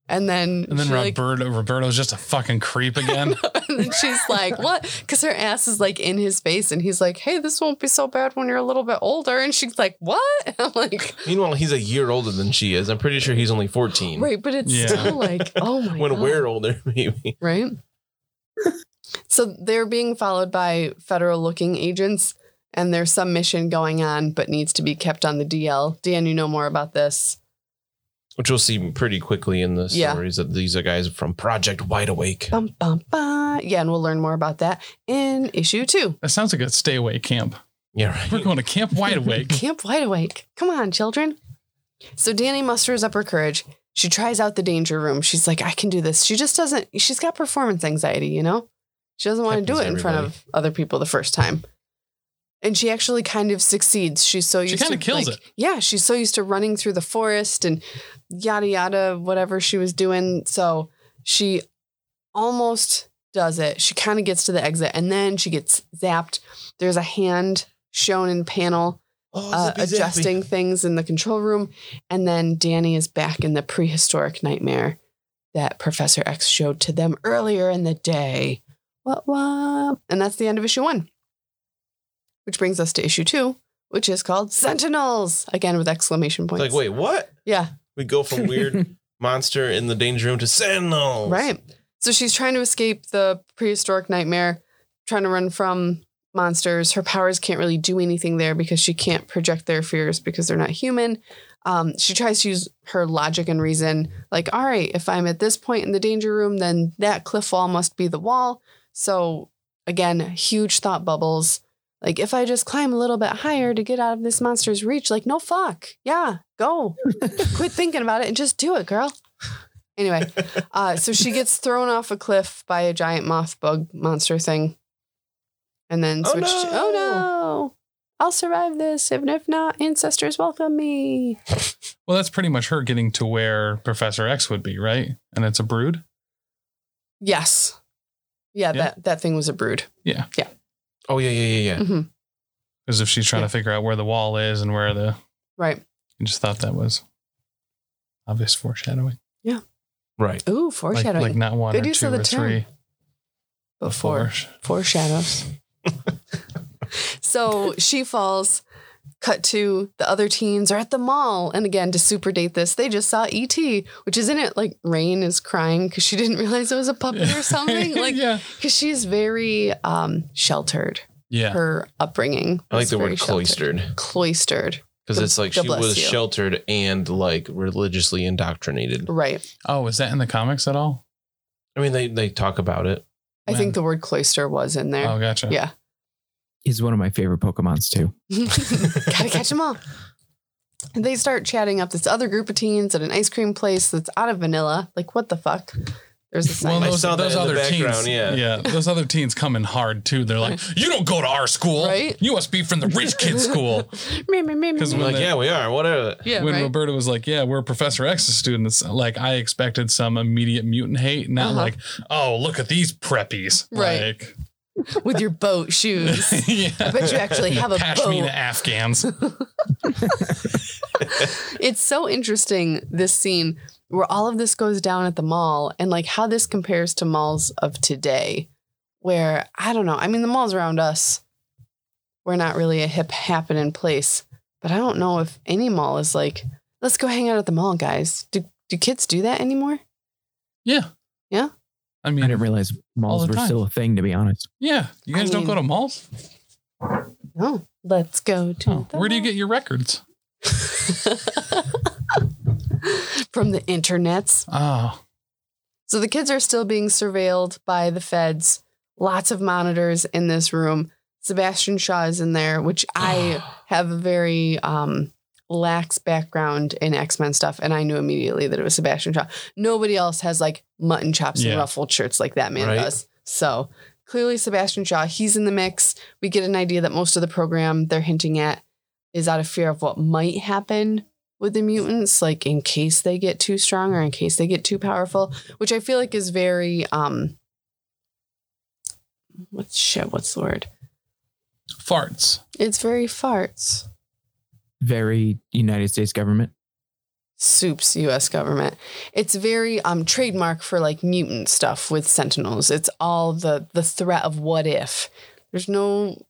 And then, And then she, like, Roberto Roberto's just a fucking creep again. and then she's like, "What?" Because her ass is like in his face, and he's like, "Hey, this won't be so bad when you're a little bit older." And she's like, "What?" I'm like, Meanwhile, he's a year older than she is. I'm pretty sure he's only 14. "Right," but it's Yeah. still like, "Oh my When god!" we're older, maybe. right? so they're being followed by federal-looking agents, and there's some mission going on, but needs to be kept on the DL. Dan, you know more about this. Which we'll see pretty quickly in the Yeah. Oh. stories that these are guys from Project Wide Awake. Bum bum bum. Yeah, and we'll learn more about that in issue two. That sounds like a stay away camp. Yeah, We're Uh, right. going to Camp Wide Awake. Camp Wide Awake. Come on, children. So Danny musters up her courage. She tries out the danger room. She's like, I can do this. She just doesn't, she's got performance anxiety, you know? She doesn't want to do it Happens in front of other people the first time. And she actually kind of succeeds. She's so She used to kinda kills like- it. Yeah, she's so used to running through the forest and yada yada, whatever she was doing. So she almost does it. She kind of gets to the exit and then she gets zapped. There's a hand shown in panel Oh, uh, zippy, zappy. adjusting things in the control room. And then Danny is back in the prehistoric nightmare that Professor X showed to them earlier in the day. What, what? And that's the end of issue one, which brings us to issue two, which is called Sentinels, again with exclamation It's points. Like, wait, what? Yeah, We go from weird monster in the danger room to Sentinels. right. So she's trying to escape the prehistoric nightmare, trying to run from monsters. Her powers can't really do anything there because she can't project their fears because they're not human. Um, she tries to use her logic and reason, like, all right, if I'm at this point in the danger room, then that cliff wall must be the wall. So, again, huge thought bubbles. Like, if I just climb a little bit higher to get out of this monster's reach, like, no fuck. Yeah, go. Quit thinking about it and just do it, girl. Anyway, uh, so she gets thrown off a cliff by a giant moth bug monster thing. And then Oh, switched. no. oh no. I'll survive this. And if not, ancestors welcome me. Well, that's pretty much her getting to where Professor X would be, right? And it's a brood. Yes. Yeah, Yeah. that that thing was a brood. Oh, yeah, yeah, yeah, yeah. hmm Because if she's trying Yeah. to figure out where the wall is and where the Right. I just thought that was obvious foreshadowing. Right. Ooh, Like- foreshadowing. Like, not one Good or use two of the or term. three. but before foreshadows. so she falls. Cut to the other teens are at the mall. And again, to super date this, they just saw E.T., which isn't it like Rain is crying because she didn't realize it was a puppet or something? Like, yeah. because she's very um, sheltered. Yeah. Her upbringing. I like was the very word sheltered. cloistered Cloistered. because it's like God she bless was you. sheltered and like religiously indoctrinated. Right. Oh, is that in the comics at all? I mean, they, they talk about it. I When- think the word cloister was in there. Oh, gotcha. Yeah. He's one of my favorite Pokemons too. Gotta catch them all. And they start chatting up this other group of teens at an ice cream place that's out of vanilla. Like, what the fuck? There's a Well, sign. I those, saw that those in the other teens, background, yeah. yeah, those other teens coming hard too. They're like, "You don't go to our school. Right? You must be from the rich kid school." Me, me, me, me, 'Cause I'm me. when like, they- yeah, we are. Whatever. yeah, when right. Roberta was like, "Yeah, we're Professor X's students," like I expected some immediate mutant hate, not Uh-huh. like, "Oh, look at these preppies!" Right. Like, with your boat shoes. yeah. I bet you actually have a boat. Pashmina Afghans. It's so interesting this scene where all of this goes down at the mall and like how this compares to malls of today, where I don't know. I mean, the malls around us, we're not really a hip happening place, but I don't know if any mall is like, let's go hang out at the mall, guys. Do, do kids do that anymore? Yeah. Yeah? I I didn't mean, realize malls the were time. still a thing, to be honest. yeah. You I guys don't mean- go to malls? No. Let's go to. Oh, the where do you mall. get your records? From the internets. Oh, So the kids are still being surveilled by the feds. Lots of monitors in this room. Sebastian Shaw is in there, which I have a very um, lax background in X Men stuff, and I knew immediately that it was Sebastian Shaw. Nobody else has like mutton chops Yeah. and ruffled shirts like that man Right. does. So clearly, Sebastian Shaw, he's in the mix. We get an idea that most of the program they're hinting at is out of fear of what might happen with the mutants, like in case they get too strong or in case they get too powerful, which I feel like is very um what's shit, what's the word? farts. It's very farts. Very United States government. Soups US government. It's very um trademark for like mutant stuff with sentinels. It's all the the threat of what if. There's no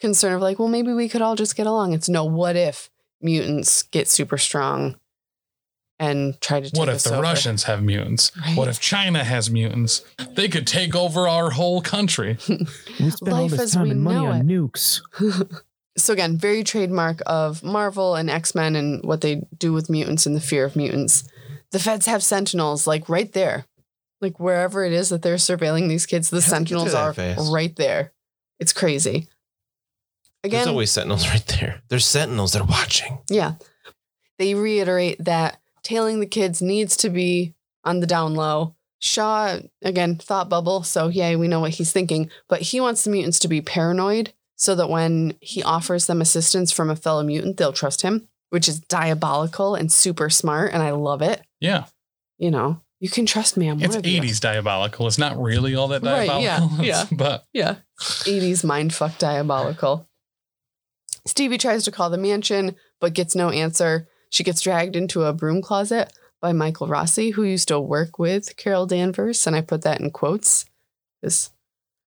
concern of like, well maybe we could all just get along. It's no what if mutants get super strong and try to take What if us the over. Russians have mutants? Right. What if China has mutants? They could take over our whole country. We spent all Life this as time we and money know on nukes. so again, very trademark of Marvel and X Men and what they do with mutants and the fear of mutants. The feds have sentinels like right there, like wherever it is that they're surveilling these kids, the How did you get to sentinels that are fast? right there. It's crazy. Again, There's always sentinels right there. There's sentinels. They're watching. yeah. They reiterate that tailing the kids needs to be on the down low. Shaw, again, thought bubble. So, yay, we know what he's thinking. But he wants the mutants to be paranoid so that when he offers them assistance from a fellow mutant, they'll trust him, which is diabolical and super smart. And I love it. Yeah. You know, you can trust me. I'm one It's of you. 80s diabolical. It's not really all that Right, diabolical. yeah, yeah. But Yeah. 80s mindfuck diabolical. Stevie tries to call the mansion, but gets no answer. She gets dragged into a broom closet by Michael Rossi, who used to work with Carol Danvers. And I put that in quotes. 'cause-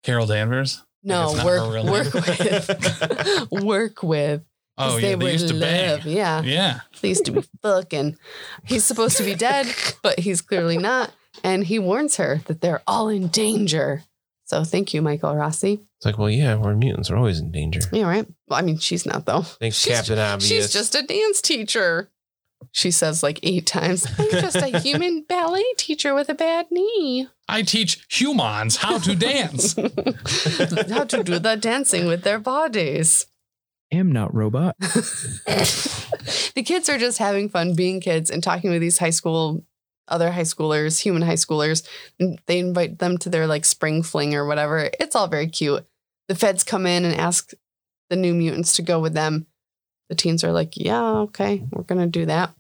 Carol Danvers? no, it's not her work, real name. work with. work with. 'cause Oh, yeah. They, would used to love- bang. Yeah. Yeah. They used to be fucking. He's supposed to be dead, but he's clearly not. And he warns her that they're all in danger. So thank you, Michael Rossi. It's like, well, yeah, we're mutants. We're always in danger. Yeah, right. Well, I mean, she's not though. Thanks, She's- Captain Obvious. She's just a dance teacher. She says like eight times. I'm just a human ballet teacher with a bad knee. I teach humans how to dance. How to do the dancing with their bodies. Am not robot. the kids are just having fun being kids and talking with these high school, other high schoolers, human high schoolers. And They invite them to their like spring fling or whatever. It's all very cute. The feds come in and ask the new mutants to go with them. The teens are like, yeah, okay, we're going to do that.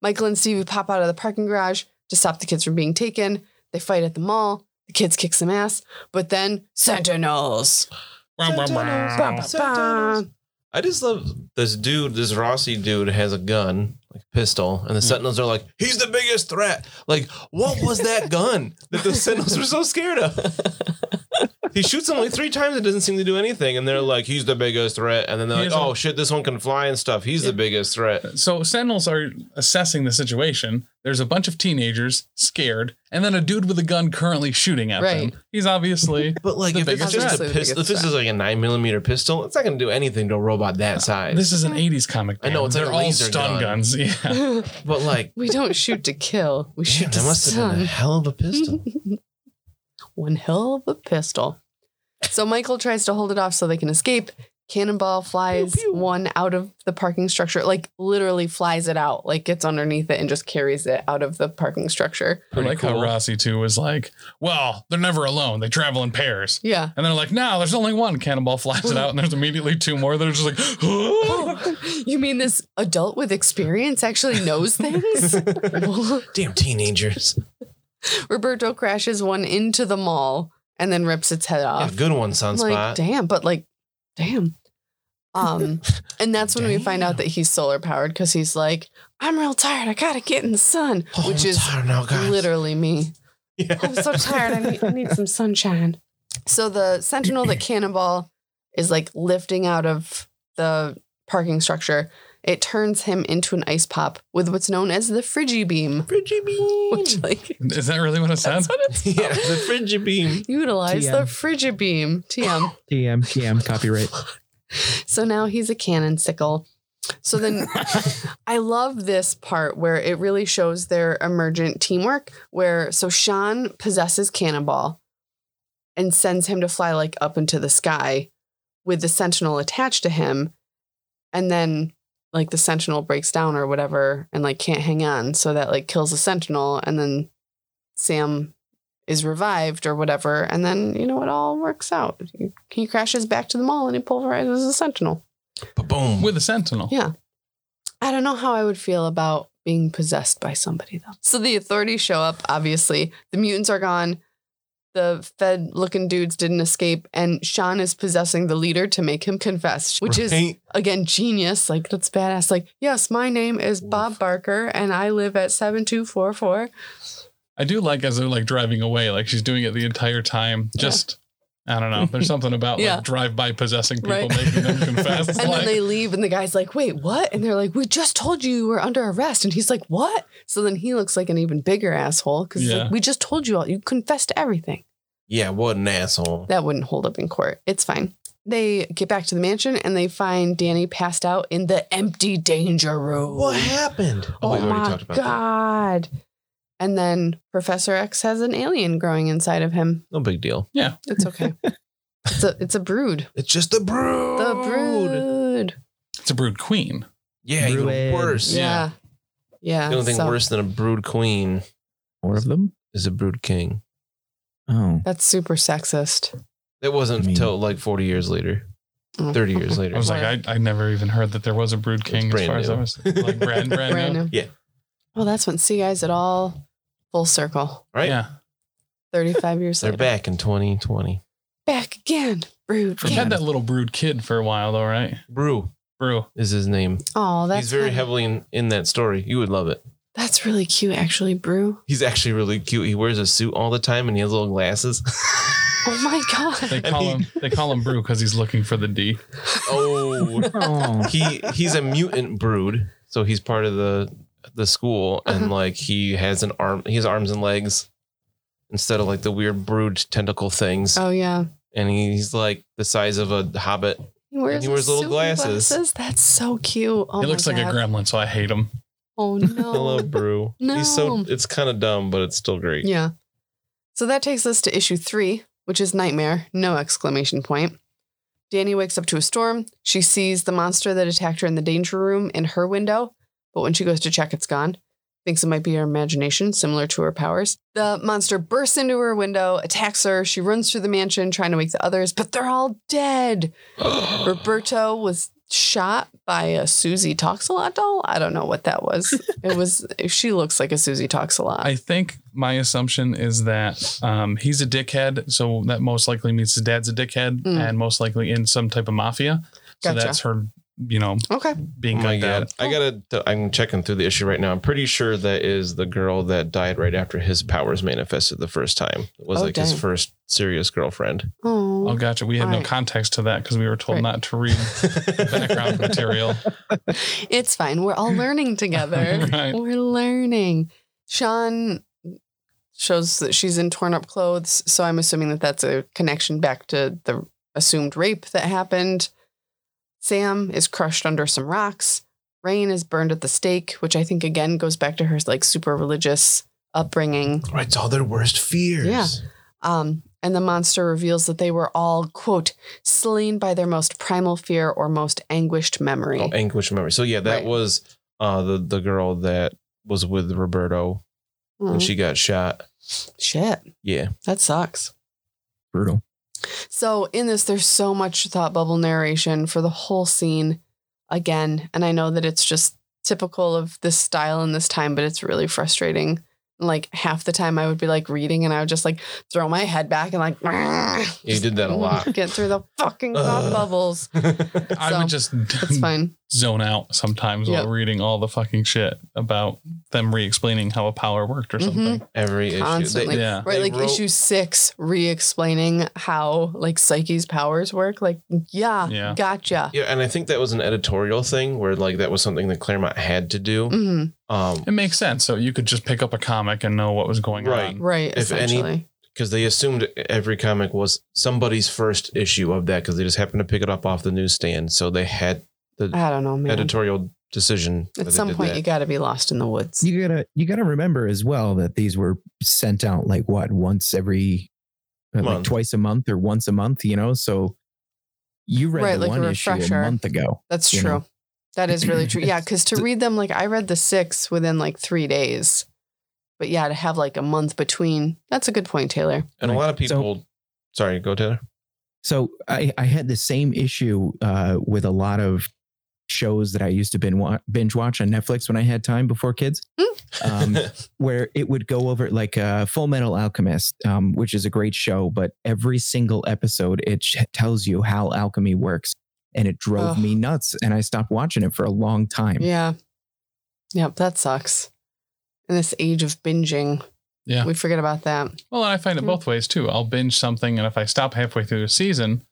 Michael and Stevie pop out of the parking garage to stop the kids from being taken. They fight at the mall. The kids kick some ass, but then Sentinels. Brum, brum, brum. Bah, bah, bah. I just love this dude. This Rossi dude has a gun, like a pistol, Mm. and the Sentinels are like, "He's the biggest threat." Like, what was that gun that the Sentinels were so scared of? he shoots them like three times. It doesn't seem to do anything, and they're like, "He's the biggest threat." And then they're He like, is a- "Oh shit, this one can fly and stuff. He's the biggest threat." So Sentinels are assessing the situation. There's a bunch of teenagers scared, and then a dude with a gun currently shooting at Right. them. He's obviously But like, The if it's biggest just threat. a pistol, if this is like a nine millimeter pistol, it's not going to do anything to a robot that size. this is an '80s comic. I know, band. it's like they're a all laser stun gun. guns. Yeah, but like, We don't shoot to kill. We damn, shoot to that must have been stun. a hell of a pistol. One hell of a pistol. So Michael tries to hold it off so they can escape. Cannonball flies one out of the parking structure, like literally flies it out, like gets underneath it and just carries it out of the parking structure. I like how cool. Rossi too was like, "Well, they're never alone. They travel in pairs." Yeah. And they're like, "No, there's only one." Cannonball flies it out, and there's immediately two more. They're just like, "Huh?" you mean this adult with experience actually knows things? Damn teenagers. Roberto crashes one into the mall and then rips its head Yeah, off. good one, I'm Sunspot. like, damn, but like, damn. Um, and that's when we find out that he's solar powered because he's like, I'm real tired. I gotta get in the sun, Oh, which I'm is tired now, guys. literally Oh, me. Yeah. I'm so tired. I need, I need some sunshine. So the sentinel that Cannonball is like lifting out of the parking structure, it turns him into an ice pop with what's known as the Friggy Beam, Friggy beam. which like Is that really what it said? that's what it's yeah, the frigid beam. utilize the TM. Friggy Beam. TM. TM, TM, copyright. So now he's a cannon sickle. So then I love this part where it really shows their emergent teamwork. Where so Sean possesses Cannonball and sends him to fly like up into the sky with the Sentinel attached to him. And then like the Sentinel breaks down or whatever and like can't hang on. So that like kills the Sentinel. And then Sam is revived or whatever. And then, you know, it all works out. He, he crashes back to the mall and he pulverizes the Sentinel. Boom. With a sentinel. Yeah. I don't know how I would feel about being possessed by somebody, though. So the authorities show up, obviously. The mutants are gone. The Fed looking dudes didn't escape. And Sean is possessing the leader to make him confess, which is Right? again genius like that's badass like yes my name is bob barker and i live at 7244 I do like as they're like driving away, like she's doing it the entire time. Just I don't know. There's something about Yeah. like drive by possessing people Right. making them confess. and like, then they leave and the guy's like wait what and they're like we just told you you were under arrest and he's like what so then he looks like an even bigger asshole because Yeah. like, we just told you all you confessed to everything Yeah, what an asshole. that wouldn't hold up in court it's fine they get back to the mansion and they find danny passed out in the empty danger room What happened? Oh, wait, we already my talked about that. god and then professor x has an alien growing inside of him No big deal. It's okay. it's a it's a brood. It's just the brood. The brood. it's a brood queen. Yeah, even Brood. worse. Yeah. Yeah. Yeah. The only thing so worse than a brood queen Four of them? is a brood king. Oh. That's super sexist. It wasn't I mean- until like 40 years later, Mm. 30 years later. I was like, I, I never even heard that there was a brood king as brand far as new. I was like brand, brand, Brand new. new. Yeah. Well, that's when see guys at all full circle. Right? Yeah. Thirty five years They're later. back in 2020. Back again. Brood. We've king. had that little brood kid for a while though, right? Brew Brew. is his name. Oh, that's He's very kinda- heavily in, in that story. You would love it. That's really cute, actually, Brew. He's actually really cute. He wears a suit all the time and he has little glasses. Oh my god. They And call he- him they call him Brew because he's looking for the D. oh. oh. he he's a mutant brood, so he's part of the the school, and Uh-huh. like he has an arm, he has arms and legs instead of like the weird brood tentacle things, Oh yeah. and he's like the size of a hobbit. He wears, he wears his little suit glasses. That's so cute. Oh he looks my like a God. gremlin, so I hate him. Oh I no. love brew. He's so No. it's kind of dumb, but it's still great. Yeah. So that takes us to issue three, which is Nightmare, no exclamation point. Danny wakes up to a storm. She sees the monster that attacked her in the danger room in her window, but when she goes to check, it's gone. Thinks it might be her imagination, similar to her powers. The monster bursts into her window, attacks her. She runs through the mansion trying to wake the others, but they're all dead. Roberto was shot by a Susie Talks a Lot doll. I don't know what that was. It was, she looks like a Susie Talks a Lot. I think my assumption is that um, he's a dickhead, so that most likely means his dad's a dickhead, Mm. and most likely in some type of mafia. So Gotcha. that's her, you know, okay. Oh being my like god! that. I gotta. I'm checking through the issue right now. I'm pretty sure that is the girl that died right after his powers manifested the first time. It was Oh, like his dang. first serious girlfriend. Oh, Oh, gotcha. We had no Alright. context to that because we were told Right. not to read background material. It's fine. We're all learning together. Right. We're learning. Sean shows that she's in torn up clothes. So I'm assuming that that's a connection back to the assumed rape that happened. Sam is crushed under some rocks. Rain is burned at the stake, which I think again goes back to her like super religious upbringing. right, it's all their worst fears. Yeah. Um, and the monster reveals that they were all, quote, slain by their most primal fear or most anguished memory. Oh, anguish memory. So yeah, that Right. was uh the the girl that was with Roberto when Mm. she got shot. Shit. Yeah. That sucks. Brutal. So in this, there's so much thought bubble narration for the whole scene again. And I know that it's just typical of this style and this time, but it's really frustrating. like half the time I would be like reading and I would just like throw my head back and like You did that a lot. get through the fucking thought Ugh. bubbles. I would just That's fine. zone out sometimes Yep. while reading all the fucking shit about them re explaining how a power worked or Mm-hmm. something. Every issue. They- Constantly. yeah. Right, They like wrote- issue six, re-explaining how like Psyche's powers work. Like, yeah, Yeah. gotcha. yeah, and I think that was an editorial thing where like that was something that Claremont had to do. hmm Um It makes sense. So you could just pick up a comic and know what was going Right. on. Right. If any- essentially. because they assumed every comic was somebody's first issue of that because they just happened to pick it up off the newsstand. So they had I don't know, man. editorial decision. that they At some did point, that. you got to be lost in the woods. You gotta you gotta remember as well that these were sent out like what once every uh, like Month. twice a month or once a month, you know. So you read Right, the like a one issue a refresher. month ago. That's you true. know. That is really true. Yeah, because to read them, like I read the six within like three days, but yeah, to have like a month between. That's a good point, Taylor. and a Right. lot of So- people. sorry, go Taylor. So I, I had the same issue uh, with a lot of shows that I used to bin wa- binge watch on Netflix when I had time before kids, Hmm. um, where it would go over like uh, Full Metal Alchemist, um, which is a great show, but every single episode it sh- tells you how alchemy works, and it drove Ugh. me nuts, and I stopped watching it for a long time. Yeah. Yep, that sucks. In this age of binging, Yeah. we forget about that. Well, and I find it Mm. both ways too. I'll binge something, and if I stop halfway through the season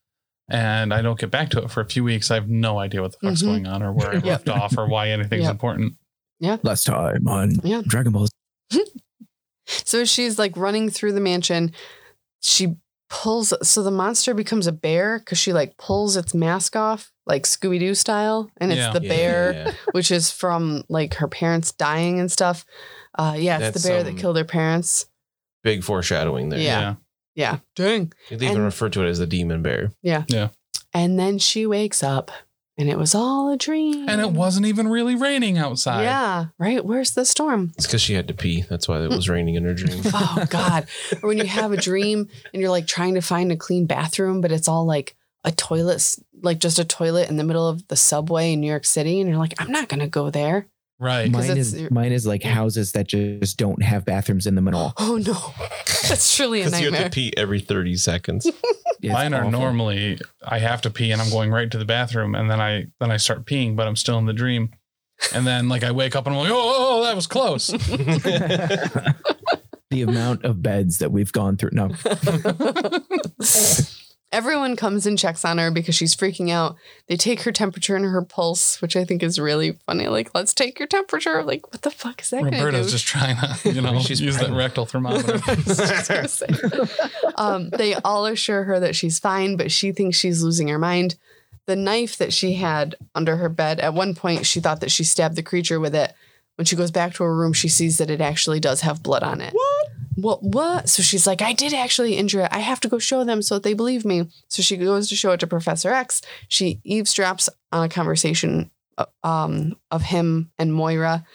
and I don't get back to it for a few weeks, I have no idea what the fuck's Mhm. going on or where I Yep. left off or why anything's Yep. important. Last time on Yeah. Dragon Ball. So she's like running through the mansion. She pulls, so the monster becomes a bear because she like pulls its mask off, like Scooby Doo style. And it's Yeah. the bear, Yeah. which is from like her parents dying and stuff. Uh, yeah, it's That's, the bear um, that killed her parents. Big foreshadowing there. Yeah. Yeah. Dang. They even And- refer to it as the demon bear. And then she wakes up and it was all a dream. And it wasn't even really raining outside. Mm. Yeah. Right. Where's the storm? It's because she had to pee. That's why it Hmm. was raining in her dream. Oh God. or when you have a dream and you're like trying to find a clean bathroom, but it's all like a toilet, s- like just a toilet in the middle of the subway in New York City. And you're like, I'm not going to go there. Right. Because Mine it's- is mine is like houses that just don't have bathrooms in them at all. Oh no. That's truly a Because you have nightmare. to pee every 30 seconds. It's Mine are awful. normally I have to pee and I'm going right to the bathroom and then I then I start peeing, but I'm still in the dream. And then like I wake up and I'm like, oh, oh, oh, that was close. the amount of beds that we've gone through. No, Everyone comes and checks on her because she's freaking out. They take her temperature and her pulse, which I think is really funny. Like, let's take your temperature. Like, what the fuck is that going to do? Roberta's just trying to, you know, She's use that pregnant. rectal thermometer. Just gonna say. um, they all assure her that she's fine, but she thinks she's losing her mind. The knife that she had under her bed, at one point, she thought that she stabbed the creature with it. When she goes back to her room, she sees that it actually does have blood on it. What? What? What? So she's like, I did actually injure it. I have to go show them so that they believe me. So she goes to show it to Professor X. She eavesdrops on a conversation uh, um, of him and Moira.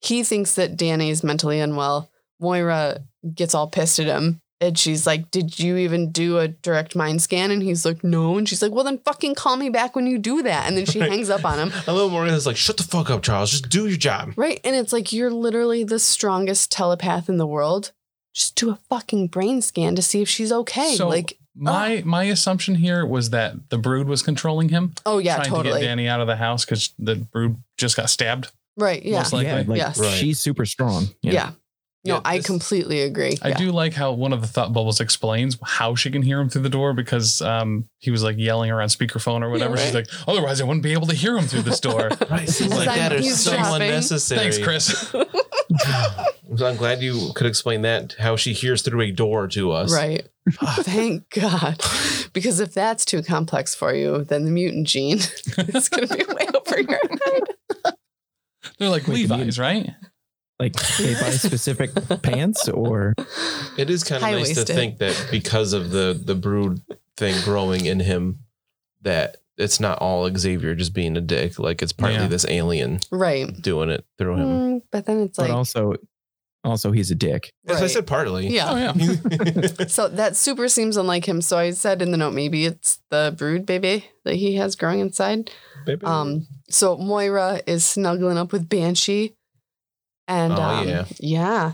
He thinks that Danny is mentally unwell. Moira gets all pissed at him. And she's like, Did you even do a direct mind scan? And he's like, No. And she's like, Well, then fucking call me back when you do that. And then she hangs up on him. Hello, Morgan's like, shut the fuck up, Charles. Just do your job. Right. And it's like, You're literally the strongest telepath in the world. Just do a fucking brain scan to see if she's okay. So- like, My my assumption here was that the brood was controlling him, oh, yeah, trying to get totally. Danny out of the house because the brood just got stabbed. Right. Yeah. Most likely. yeah, like Yes. Right. she's super strong. Yeah. No, Yeah, I this- completely agree. I yeah. do like how one of the thought bubbles explains how she can hear him through the door because um, he was like yelling her on speakerphone or whatever. Yeah, She's right. like, otherwise I wouldn't be able to hear him through this door. Right, things Because like I'm that are so eavesdropping. unnecessary. Thanks, Chris. So I'm glad you could explain that, how she hears through a door to us. Right. Ah. Thank God. Because if that's too complex for you, then the mutant gene is going to be way over your head. They're like Wait, you Levi's, right? Like they buy specific pants or It is kind of nice to High-waisted. think that because of the the brood thing growing in him, that it's not all Xavier just being a dick. Like it's partly Yeah. this alien Right. doing it through him. Mm, but then it's but like, also also he's a dick. As I right. said, partly. Oh yeah. yeah. So that super seems unlike him. So I said in the note, maybe it's the brood baby that he has growing inside. Mm. Um, so Moira is snuggling up with Banshee. And Oh, um, yeah. yeah.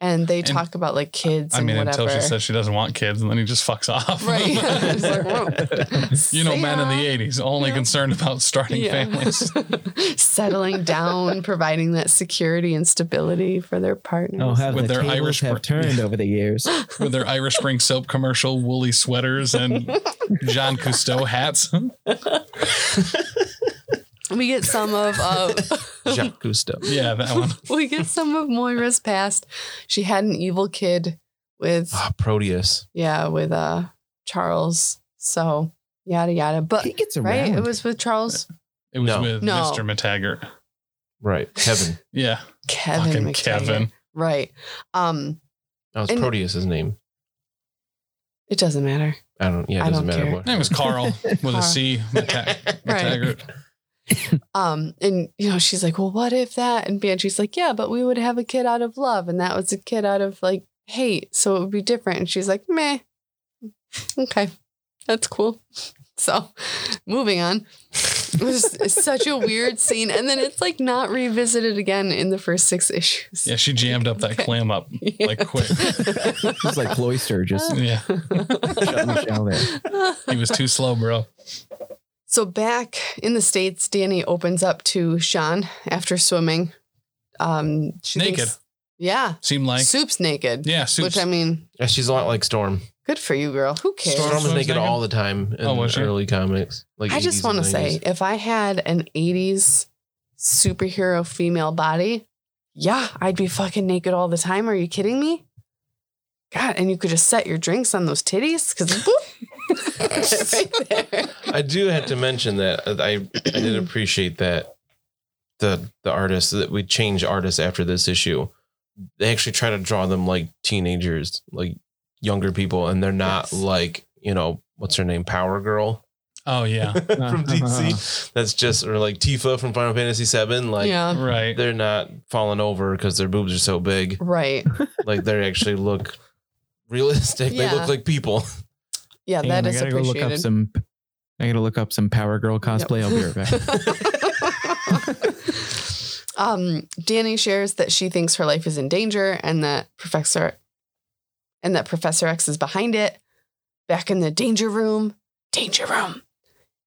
and they And- talk about like kids I and mean, whatever. until she says she doesn't want kids, and then he just fucks off. right? It's like, whoa. you know, See men in ya. the '80s only Yeah. concerned about starting families. Settling down, providing that security and stability for their partners. Oh, how With the their tables Irish have work- turned over the years. with their Irish Spring soap commercial, woolly sweaters, and John Cousteau hats. we get some of uh, Jacques Cousteau. yeah, that one. we get some of Moira's past. She had an evil kid with Ah, Proteus. yeah, with uh Charles. So yada yada. But he gets around. right, it was with Charles It was No. with No. Mr. McTaggart. Right. Kevin. Yeah, Kevin. fucking McTaggart. Kevin. Right. Um, That was And- Proteus's name. it doesn't matter. I don't. Yeah, I it don't doesn't matter care. what. Name was Carl with Carl. a C. McTag- McTaggart. Um, and you know, she's like, Well, what if that? And Banshee's like, Yeah, but we would have a kid out of love, and that was a kid out of like hate, so it would be different. And she's like, Meh. Okay. That's cool. So moving on. It was such a weird scene. And then it's like not revisited again in the first six issues. Yeah, she jammed up that clam up like quick. It's like cloister just Yeah, shut Michelle there. he was too slow, bro. So back in the states, Danny opens up to Sean after swimming. Um, she Naked. thinks- yeah, Seemed like soup's naked. yeah, suits. Which I mean, Yeah, she's a lot like Storm. good for you, girl. Who cares? Storm Storm was Storm's naked naked? all the time in Oh, was she? early comics. Like I just 80s want to and say, 90s. if I had an '80s superhero female body, yeah, I'd be fucking naked all the time. Are you kidding me? God, and you could just set your drinks on those titties because right there. I do have to mention that uh, I I did appreciate that the the artists that we change artists after this issue. They actually try to draw them like teenagers, like younger people, and they're Yes. not like you know what's her name, Power Girl Oh yeah, from DC. That's just or like Tifa from Final Fantasy VII. Like yeah, right. they're not falling over because their boobs are so big. right. Like they actually look realistic. They Yeah. look like people. Yeah, Hang that on, I is gotta go look up appreciated. some. I gotta look up some Power Girl cosplay. I'll be right back. um, Danny shares that she thinks her life is in danger and that Professor and that Professor X is behind it. Back in the danger room, danger room.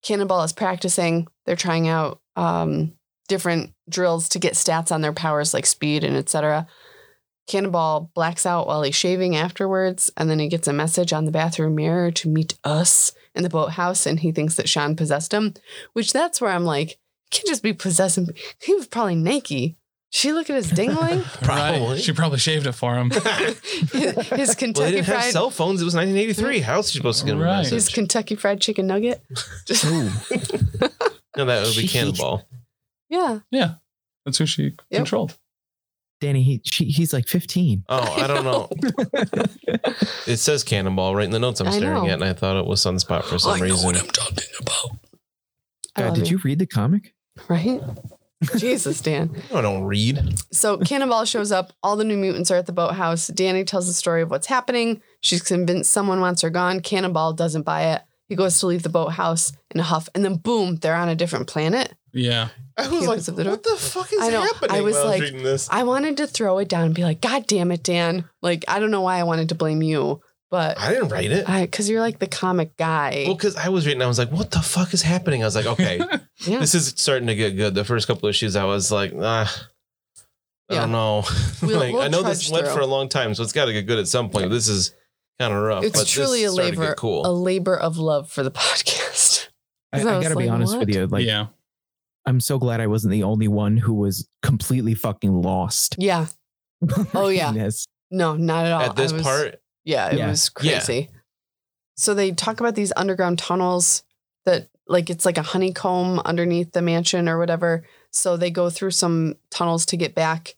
Cannonball is practicing. They're trying out um, different drills to get stats on their powers like speed and etc. Cannonball blacks out while he's shaving afterwards, and then he gets a message on the bathroom mirror to meet us in the boathouse, and he thinks that Sean possessed him, which that's where I'm like, he can just be possessing. He was probably Nike. She look at his dingling, Probably. Right. She probably shaved it for him. his Well, they Kentucky didn't have fried, cell phones. It was 1983. How else are you supposed to get a Right. his message? Kentucky fried chicken nugget. Just- Ooh, No, that would be Cannonball. yeah, That's who she controlled. Danny, he, she, he's like 15. Oh, I don't know. it says Cannonball right in the notes I'm I staring know. at, and I thought it was Sunspot for some reason. talking about. I God, love did you read the comic? right? Jesus, Dan. I don't read. So Cannonball shows up. All the new mutants are at the boathouse. Danny tells the story of what's happening. She's convinced someone wants her gone. Cannonball doesn't buy it. He goes to leave the boathouse in a huff, and then boom, they're on a different planet. Yeah, I was He like, opens up the door. "What the fuck is I know. happening I was while I was like- reading this? I wanted to throw it down and be like, God damn it, Dan. Like, I don't know why I wanted to blame you, but I didn't write it. Oh, because you're like the comic guy. Well, because I was reading, I was like, what the fuck is happening? I was like, okay, Yeah. this is starting to get good. The first couple issues, I was like, ah. I Yeah. don't know. We'll- like, we'll I know this trudge went through. for a long time, so it's got to get good at some point. This is kind of rough. it's but this truly a started to get labor, Cool. a labor of love for the podcast. I, I So I was gotta be like, honest what? with you. Like, yeah. I'm so glad I wasn't the only one who was completely fucking lost. yeah. Oh, yeah. reading this. No, not at all. At this I was- part, Yeah, it Yeah. was Yeah. crazy. So they talk about these underground tunnels that like it's like a honeycomb underneath the mansion or whatever. So they go through some tunnels to get back.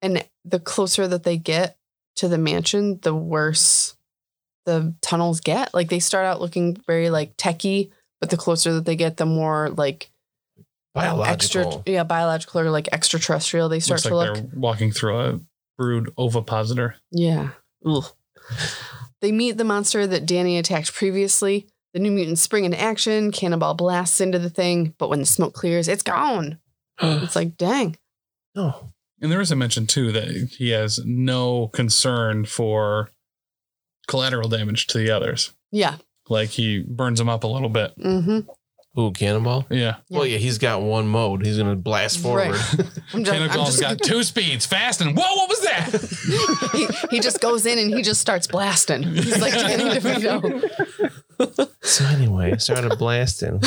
And the closer that they get to the mansion, the worse the tunnels get. Like they start out looking very like techy, but the closer that they get, the more like biological. extra yeah, biological or like extraterrestrial they start Looks to like look. they're walking through a brood ovipositor. Yeah. Ugh. They meet the monster that Danny attacked previously. The new mutants spring into action. Cannonball blasts into the thing, but when the smoke clears, it's gone. It's like, dang. no. And there is a mention too that he has no concern for collateral damage to the others. Yeah. Like he burns them up a little bit. Mm-hmm. Ooh, cannonball. Yeah. Well, yeah, he's got one mode. He's gonna blast forward. Right. I'm just, I'm Tentacle's just, got two speeds, fast and whoa, what was that? he, he just goes in and he just starts blasting. He's like Danny DeVito. so anyway, I started blasting.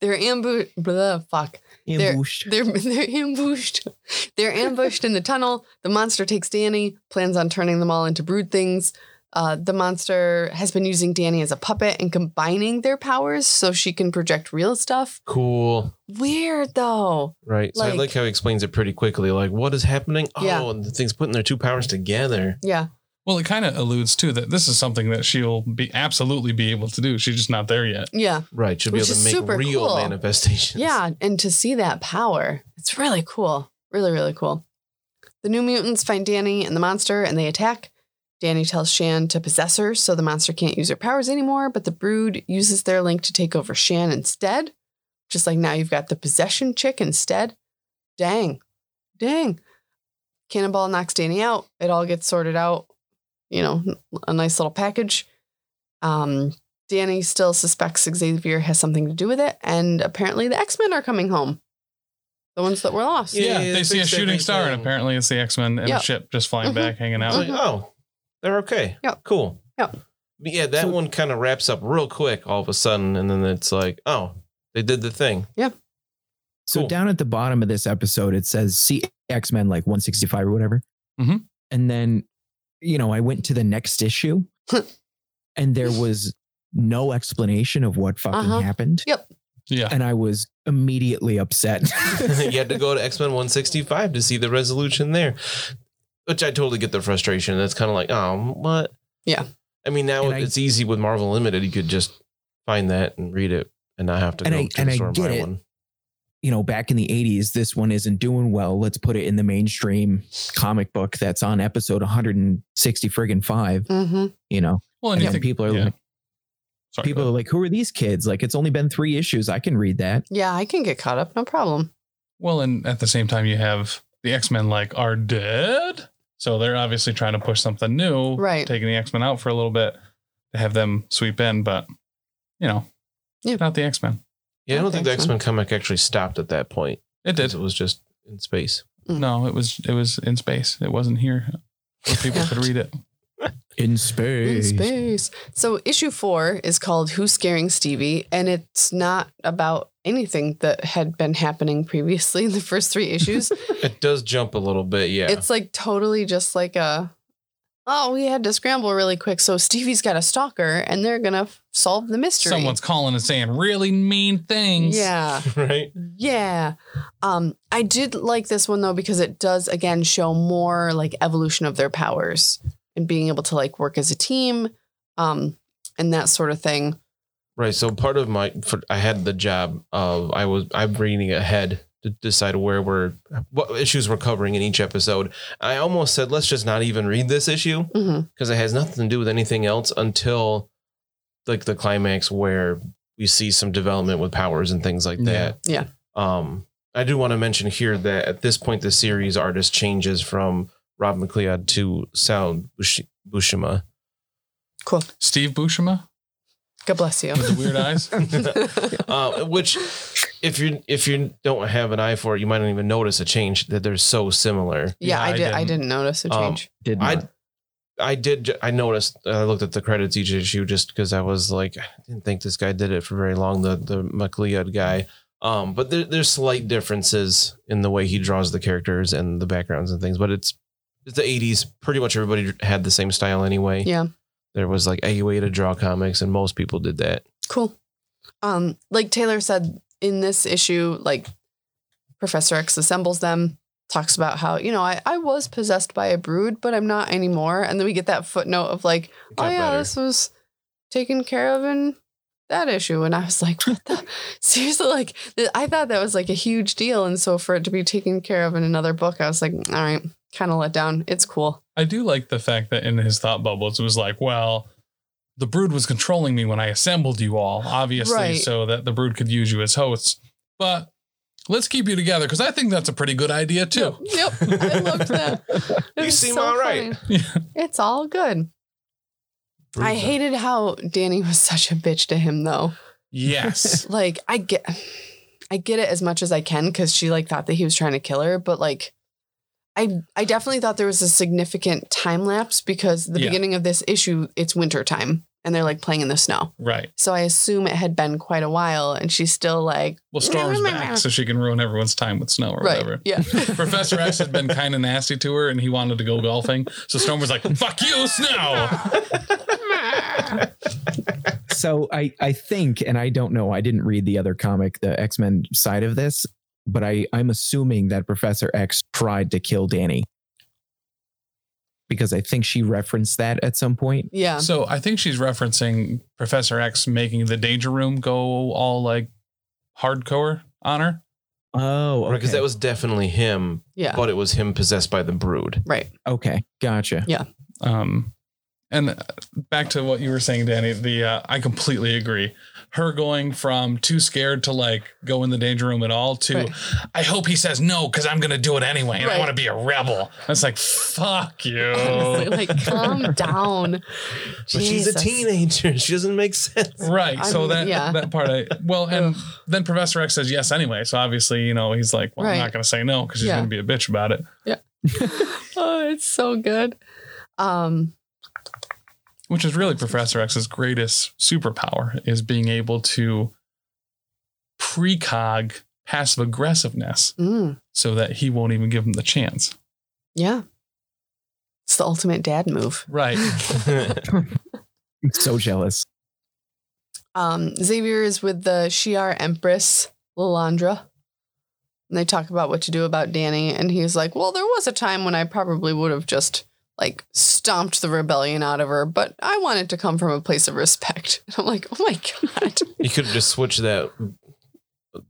They're ambushed. Blah, fuck. Ambushed. They're they're ambushed. They're ambushed in the tunnel. The monster takes Danny, plans on turning them all into brood things. Uh, the monster has been using Danny as a puppet and combining their powers so she can project real stuff. Cool. Weird though. Right. so I Like- like how he explains it pretty quickly. Like, what is happening? Oh, Yeah. and the thing's putting their two powers together. Yeah. well, it kind of alludes to that this is something that she'll be absolutely be able to do. She's just not there yet. Yeah. Right. Should be Which able is to make super real cool. manifestations. Yeah. And to see that power, it's really cool. Really, really cool. The new mutants find Danny and the monster and they attack. Danny tells Shan to possess her so the monster can't use her powers anymore, but the brood uses their link to take over Shan instead. Just like now you've got the possession chick instead. Dang. Dang. Cannonball knocks Danny out. It all gets sorted out. You know, a nice little package. Um, Danny still suspects Xavier has something to do with it, and apparently the X Men are coming home. The ones that were lost. Yeah, Yeah, yeah, they that's see a exactly shooting star, right. and apparently it's the X Men and Yeah. a ship just flying Mhm. back, hanging I out. was like, oh, they're okay. Yeah. Cool. Yeah. But yeah, that So- one kind of wraps up real quick all of a sudden, and then it's like, oh, they did the thing. So Cool. down at the bottom of this episode, it says see X Men like 165 or whatever. Mhm. And then, you know, I went to the next issue and there was no explanation of what fucking Uh-huh. happened. Yeah. And I was immediately upset. you had to go to X Men 165 to see the resolution there, which I totally get the frustration. That's kind of like, oh, what? Yeah. I mean, now And I- it's easy with Marvel Limited. You could just find that and read it and not have to And go I- to and the I store and get buy it. one. you know, back in the 80s, this one isn't doing well. Let's put it in the mainstream comic book that's on episode 160 friggin' five, Mm-hmm. you know. Well, and you And think people are yeah. like, Sorry, people are like, who are these kids? Like, it's only been three issues. I can read that. Yeah, I can get caught up, no problem. Well, and at the same time, you have the X Men like are dead, so they're obviously trying to push something new, Right. Taking the X Men out for a little bit to have them sweep in, but you know, Yeah. not the X Men. Yeah, I don't think the Okay, X so- Men comic actually stopped at that point. It It did. Hmm. was just in space. No, it was it was in space. It wasn't here where people could read it. In space. In space. So issue four is called Who's Scaring Stevie? And it's not about anything that had been happening previously in the first three issues. It does jump a little bit, yeah. It's like totally just like a oh, we had to scramble really quick. So Stevie's got a stalker and they're gonna f- solve the mystery. Someone's calling and saying really mean things. yeah. right? Yeah. Um, I did like this one though because it does again show more like evolution of their powers and being able to like work as a team, um, and that sort of thing. Right. So part of my, for, I had the job of I was I'm reading ahead to decide where we're what issues we're covering in each episode. I almost said let's just not even read this issue hmm because it has nothing to do with anything else until like the climax where we see some development with powers and things like that. Yeah. Um, I do want to mention here that at this point the series artist changes from Rob McLeod to Sal Bush- Bushima. Cool. Steve Buscema God bless you. with the weird eyes. uh, which if you if you don't have an eye for it, you might not even notice a change that they're so similar. yeah, Yeah, I I did. I didn't. didn't notice a Um, change. Did I not. I did ju- I noticed I looked at the credits each issue just because I was like I didn't think this guy did it for very long the the McLeod guy. Um, but there, there's slight differences in the way he draws the characters and the backgrounds and things, but it's it's the 80s. Pretty much everybody had the same style anyway. Yeah. There was like a way to draw comics, and most people did that. Cool. Um, like Taylor said in this issue, like Professor X assembles them, talks about how, you know, I, I was possessed by a brood, but I'm not anymore. And then we get that footnote of like, oh got yeah, better. this was taken care of in that issue. And I was like, what the seriously? Like th- I thought that was like a huge deal. And so for it to be taken care of in another book, I was like, all right, kind of let down. It's cool. I do like the fact that in his thought bubbles, it was like, well, the brood was controlling me when I assembled you all, obviously, Right. so that the brood could use you as hosts. But Let's keep you together because I think that's a pretty good idea too. Yep, I loved that. It You was seem all right. funny. It's all good. I Brutal. hated how Danny was such a bitch to him though. Yes. Like I get I get it as much as I can cuz she like thought that he was trying to kill her, but like I I definitely thought there was a significant time lapse because the Yeah. beginning of this issue it's winter time and they're like playing in the snow. right. So I assume it had been quite a while and she's still like Well, Storm's back, so she can ruin everyone's time with snow or whatever. Yeah. Professor X had been kind of nasty to her, and he wanted to go golfing. So Storm was like, "Fuck you, snow." so I I think, and I don't know, I didn't read the other comic, the X Men side of this, but I I'm assuming that Professor X tried to kill Danny because I think she referenced that at some point. yeah. So I think she's referencing Professor X making the danger room go all like hardcore on her. Oh, okay, Because that was definitely him, yeah. but it was him possessed by the brood. right. okay, gotcha. Um, and uh, back to what you were saying, Danny. The uh, I completely agree. Her going from too scared to like go in the danger room at all to Right. I hope he says no because I'm gonna do it anyway and I Right. want to be a rebel. That's like fuck you. Honestly, like calm down. But she's a Jesus. teenager. She doesn't make sense. Right. so I'm- that yeah. that part I well and then Professor X says yes anyway. So obviously, you know, he's like, Well, I'm Right. not gonna say no because he's Yeah. gonna be a bitch about it. Oh, it's so good. Um Which is really Professor X's greatest superpower is being able to precog passive aggressiveness mm, so that he won't even give him the chance. yeah. It's the ultimate dad move. Right. I'm so jealous. Um Xavier is with the Shi'ar Empress Lalandra. And they talk about what to do about Danny and he's like, "Well, there was a time when I probably would have just like stomped the rebellion out of her, but I wanted to come from a place of respect." And I'm like, "Oh my god." you could have just switched that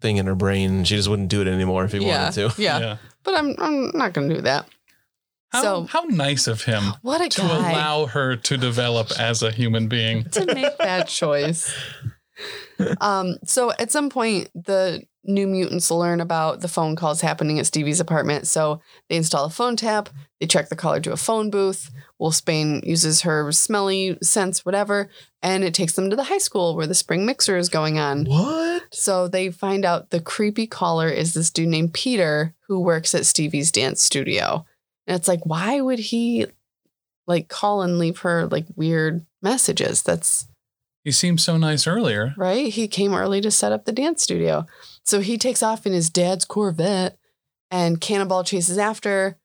thing in her brain. She just wouldn't do it anymore if he yeah, wanted to. yeah. But I'm I'm not going to do that. How, So- how nice of him What a to guy. allow her to develop as a human being. to make that choice. Um, so at some point, the new mutants learn about the phone calls happening at Stevie's apartment. So they install a phone tap, they track the caller to a phone booth. Wolf Spain uses her smelly sense, whatever, and it takes them to the high school where the spring mixer is going on. What? So they find out the creepy caller is this dude named Peter who works at Stevie's dance studio. And it's like, why would he like call and leave her like weird messages? That's He seemed so nice earlier. right. He came early to set up the dance studio. So he takes off in his dad's Corvette and Cannonball chases after.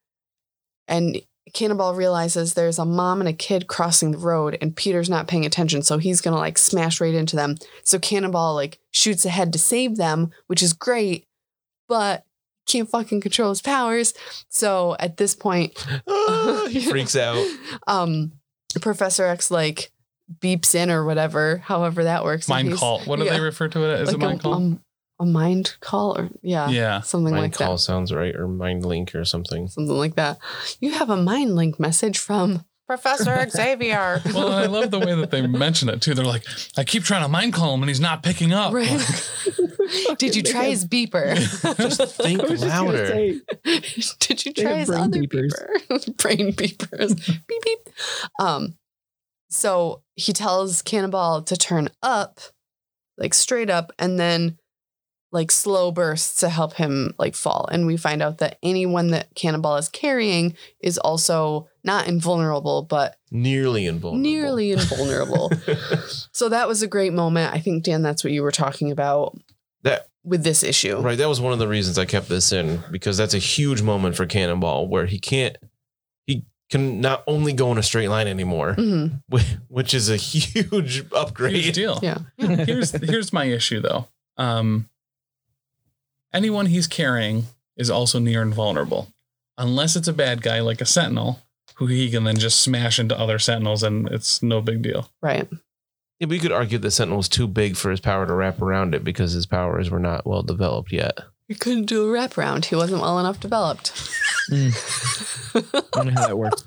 And Cannonball realizes there's a mom and a kid crossing the road and Peter's not paying attention. So he's going to like smash right into them. So Cannonball like shoots ahead to save them, which is great, but can't fucking control his powers. So at this point, Ah, he freaks out. um, Professor X like beeps in or whatever, however that works. and Mind he's- call. What do yeah. they refer to it as a like mind call? um, a mind call or yeah, yeah. something Mind like that. call sounds right, or mind link or something. Something like that. You have a mind link message from Professor Xavier. Well, I love the way that they mention it too. They're like, I keep trying to mind call him and he's not picking up. Right. Did you try his beeper? Think louder. Did you They try have his brain other beepers. beeper? brain beepers. beep beep. Um, so he tells Cannonball to turn up, like straight up, and then like slow bursts to help him like fall. And we find out that anyone that Cannonball is carrying is also not invulnerable, but Nearly invulnerable. nearly invulnerable. so that was a great moment. I think Dan, that's what you were talking about That with this issue. right. That was one of the reasons I kept this in because that's a huge moment for Cannonball where he can't. He can not only go in a straight line anymore, hmm whi- which is a huge Huge upgrade. deal. Yeah. here's here's my issue though. Um, anyone he's carrying is also near invulnerable, unless it's a bad guy like a sentinel, who he can then just smash into other sentinels, and it's no big deal. Right. Yeah, but you could argue that Sentinel was too big for his power to wrap around it because his powers were not well developed yet. He couldn't do a wraparound. He wasn't well enough developed. I don't know how that works.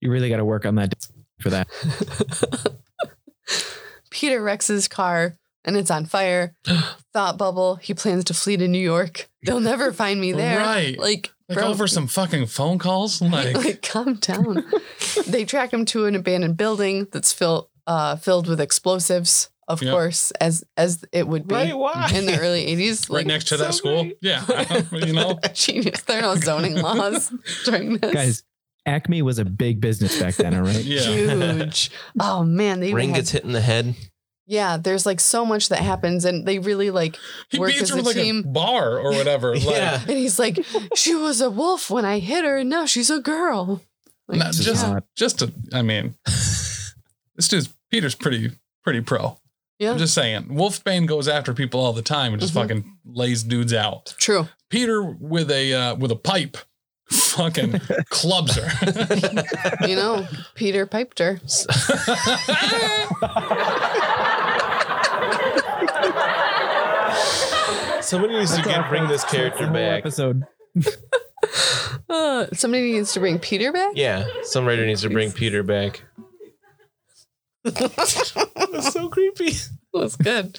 You really got to work on that for that. Peter Rex's car and it's on fire. Thought bubble. He plans to flee to New York. They'll never find me there. Right. Like, Like bro, over some fucking phone calls. Like, like calm down. they track him to an abandoned building that's filled uh, filled with explosives, of Yep. course, as as it would be Right? Why? in the early eighties. right next to that so school. great. Yeah. you know? genius. There are no zoning laws during this. Guys, Acme was a big business back then, all right? Yeah. Huge. Oh man, they even Ring had- gets hit in the head. yeah. There's like so much that happens, and they really like. He Work beats as her a with like a team. bar or whatever. Like, yeah. And he's like, she was a wolf when I hit her, and now she's a girl. Like, Not This is just- not- just to, I mean, this dude's Peter's pretty pretty pro. yeah, I'm just saying, Wolfbane goes after people all the time and just Mhm. fucking lays dudes out. true. Peter with a uh, with a pipe, fucking clubs her. You know, Peter piped her. Somebody needs to get, bring this character Whole back. episode. Uh, somebody needs to bring Peter back. Yeah, some writer needs to bring Peter back. That's so creepy. It was good.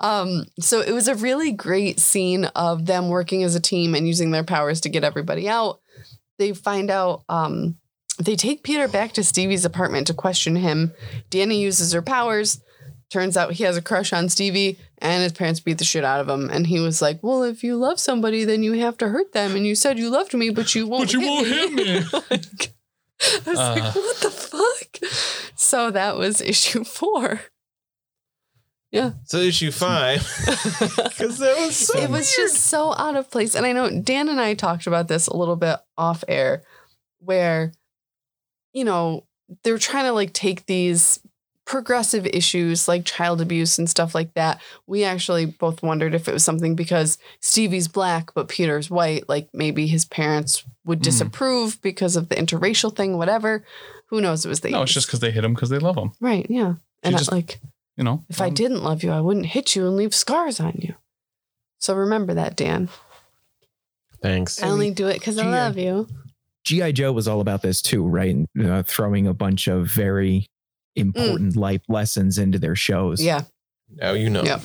Um, so it was a really great scene of them working as a team and using their powers to get everybody out. They find out um, they take Peter back to Stevie's apartment to question him. Danny uses her powers. Turns out he has a crush on Stevie, and his parents beat the shit out of him. And he was like, "Well, if you love somebody, then you have to hurt them. And you said you loved me, but you won't. but you won't hit me. Like, I was Uh. like, what the fuck? So that was issue four. So issue five, because that was so. it was just so out of place. And I know Dan and I talked about this a little bit off air, where, you know, they're trying to like take these progressive issues like child abuse and stuff like that. We actually both wondered if it was something because Stevie's black, but Peter's white. Like maybe his parents would Mm. disapprove because of the interracial thing, whatever. Who knows? It was the No, it's 80s. just because they hit him because they love him. right. Yeah. And I, just- like, You know. if I didn't love you, I wouldn't hit you and leave scars on you. So remember that, Dan. Thanks. I only do it because I Gee, I- love you. G.I. Joe was all about this too, right? And, Uh, throwing a bunch of very important life lessons into their shows. Yeah, Now you know. Yep.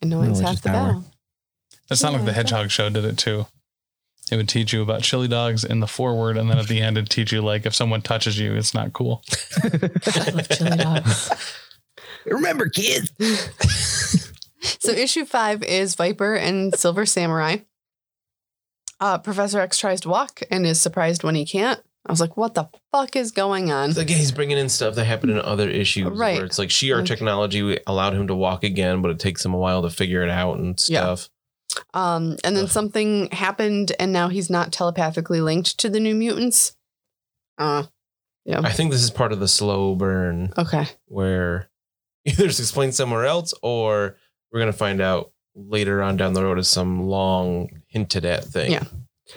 and knowing's Knowledge half is the power. battle. That's not like the Hedgehog show did it too. It would teach you about chili dogs in the foreword, and then at the end, it'd teach you like if someone touches you, it's not cool. I love chili dogs. Remember, kids. so issue five is Viper and Silver Samurai. Uh, Professor X tries to walk and is surprised when he can't. I was like, "What the fuck is going on?" It's like yeah, he's bringing in stuff that happened in other issues. Right. Where it's like she or Okay. technology allowed him to walk again, but it takes him a while to figure it out and Yeah. stuff. Um, and then Ugh. something happened, and now he's not telepathically linked to the New Mutants. Uh, I think this is part of the slow burn okay. where either it's explained somewhere else or we're gonna find out later on down the road as some long hinted at thing. Yeah.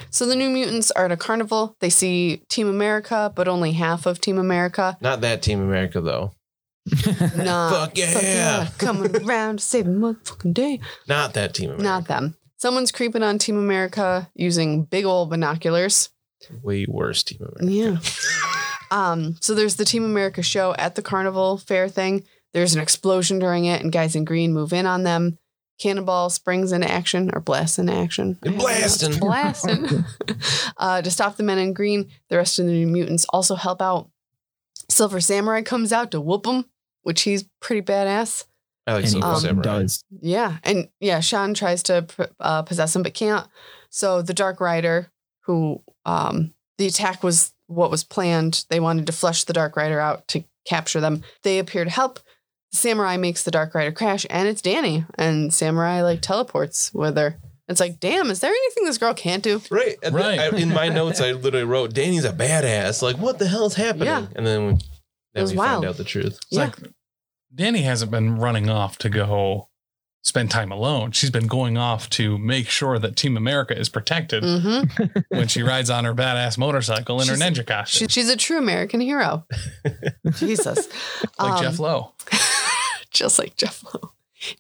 So the New Mutants are at a carnival. They see Team America, but only half of Team America. Not that Team America though. Nah. Fuck yeah. Coming around to save the motherfucking day. Not that Team America. Not them. Someone's creeping on Team America using big old binoculars. Way worse Team America. Yeah. Um, so there's the Team America show at the carnival fair thing. There's an explosion during it, and guys in green move in on them. Cannonball springs into action or blasts into action. They're blasting. Blasting. uh, to stop the men in green, the rest of the new mutants also help out. Silver Samurai comes out to whoop them, which he's pretty badass. I like And he Silver Um, fucking Samurai. does. Yeah, and yeah, Sean tries to p- uh, possess him but can't. So the Dark Rider, who um, the attack was what was planned. They wanted to flush the Dark Rider out to capture them. They appear to help. Samurai makes the Dark Rider crash, and it's Danny. And Samurai like teleports with her. It's like, damn, is there anything this girl can't do? Right. At the- Right. I- in my notes, I literally wrote, Danny's a badass. Like, what the hell's happening? Yeah. And then we, then was we wild. find out the truth. It's like Danny hasn't been running off to go spend time alone. She's been going off to make sure that Team America is protected Mm-hmm. when she rides on her badass motorcycle in her She's- ninja costume. She, she's a true American hero. Jesus. like Um, Jeff Lowe. just like Jeff Lowe.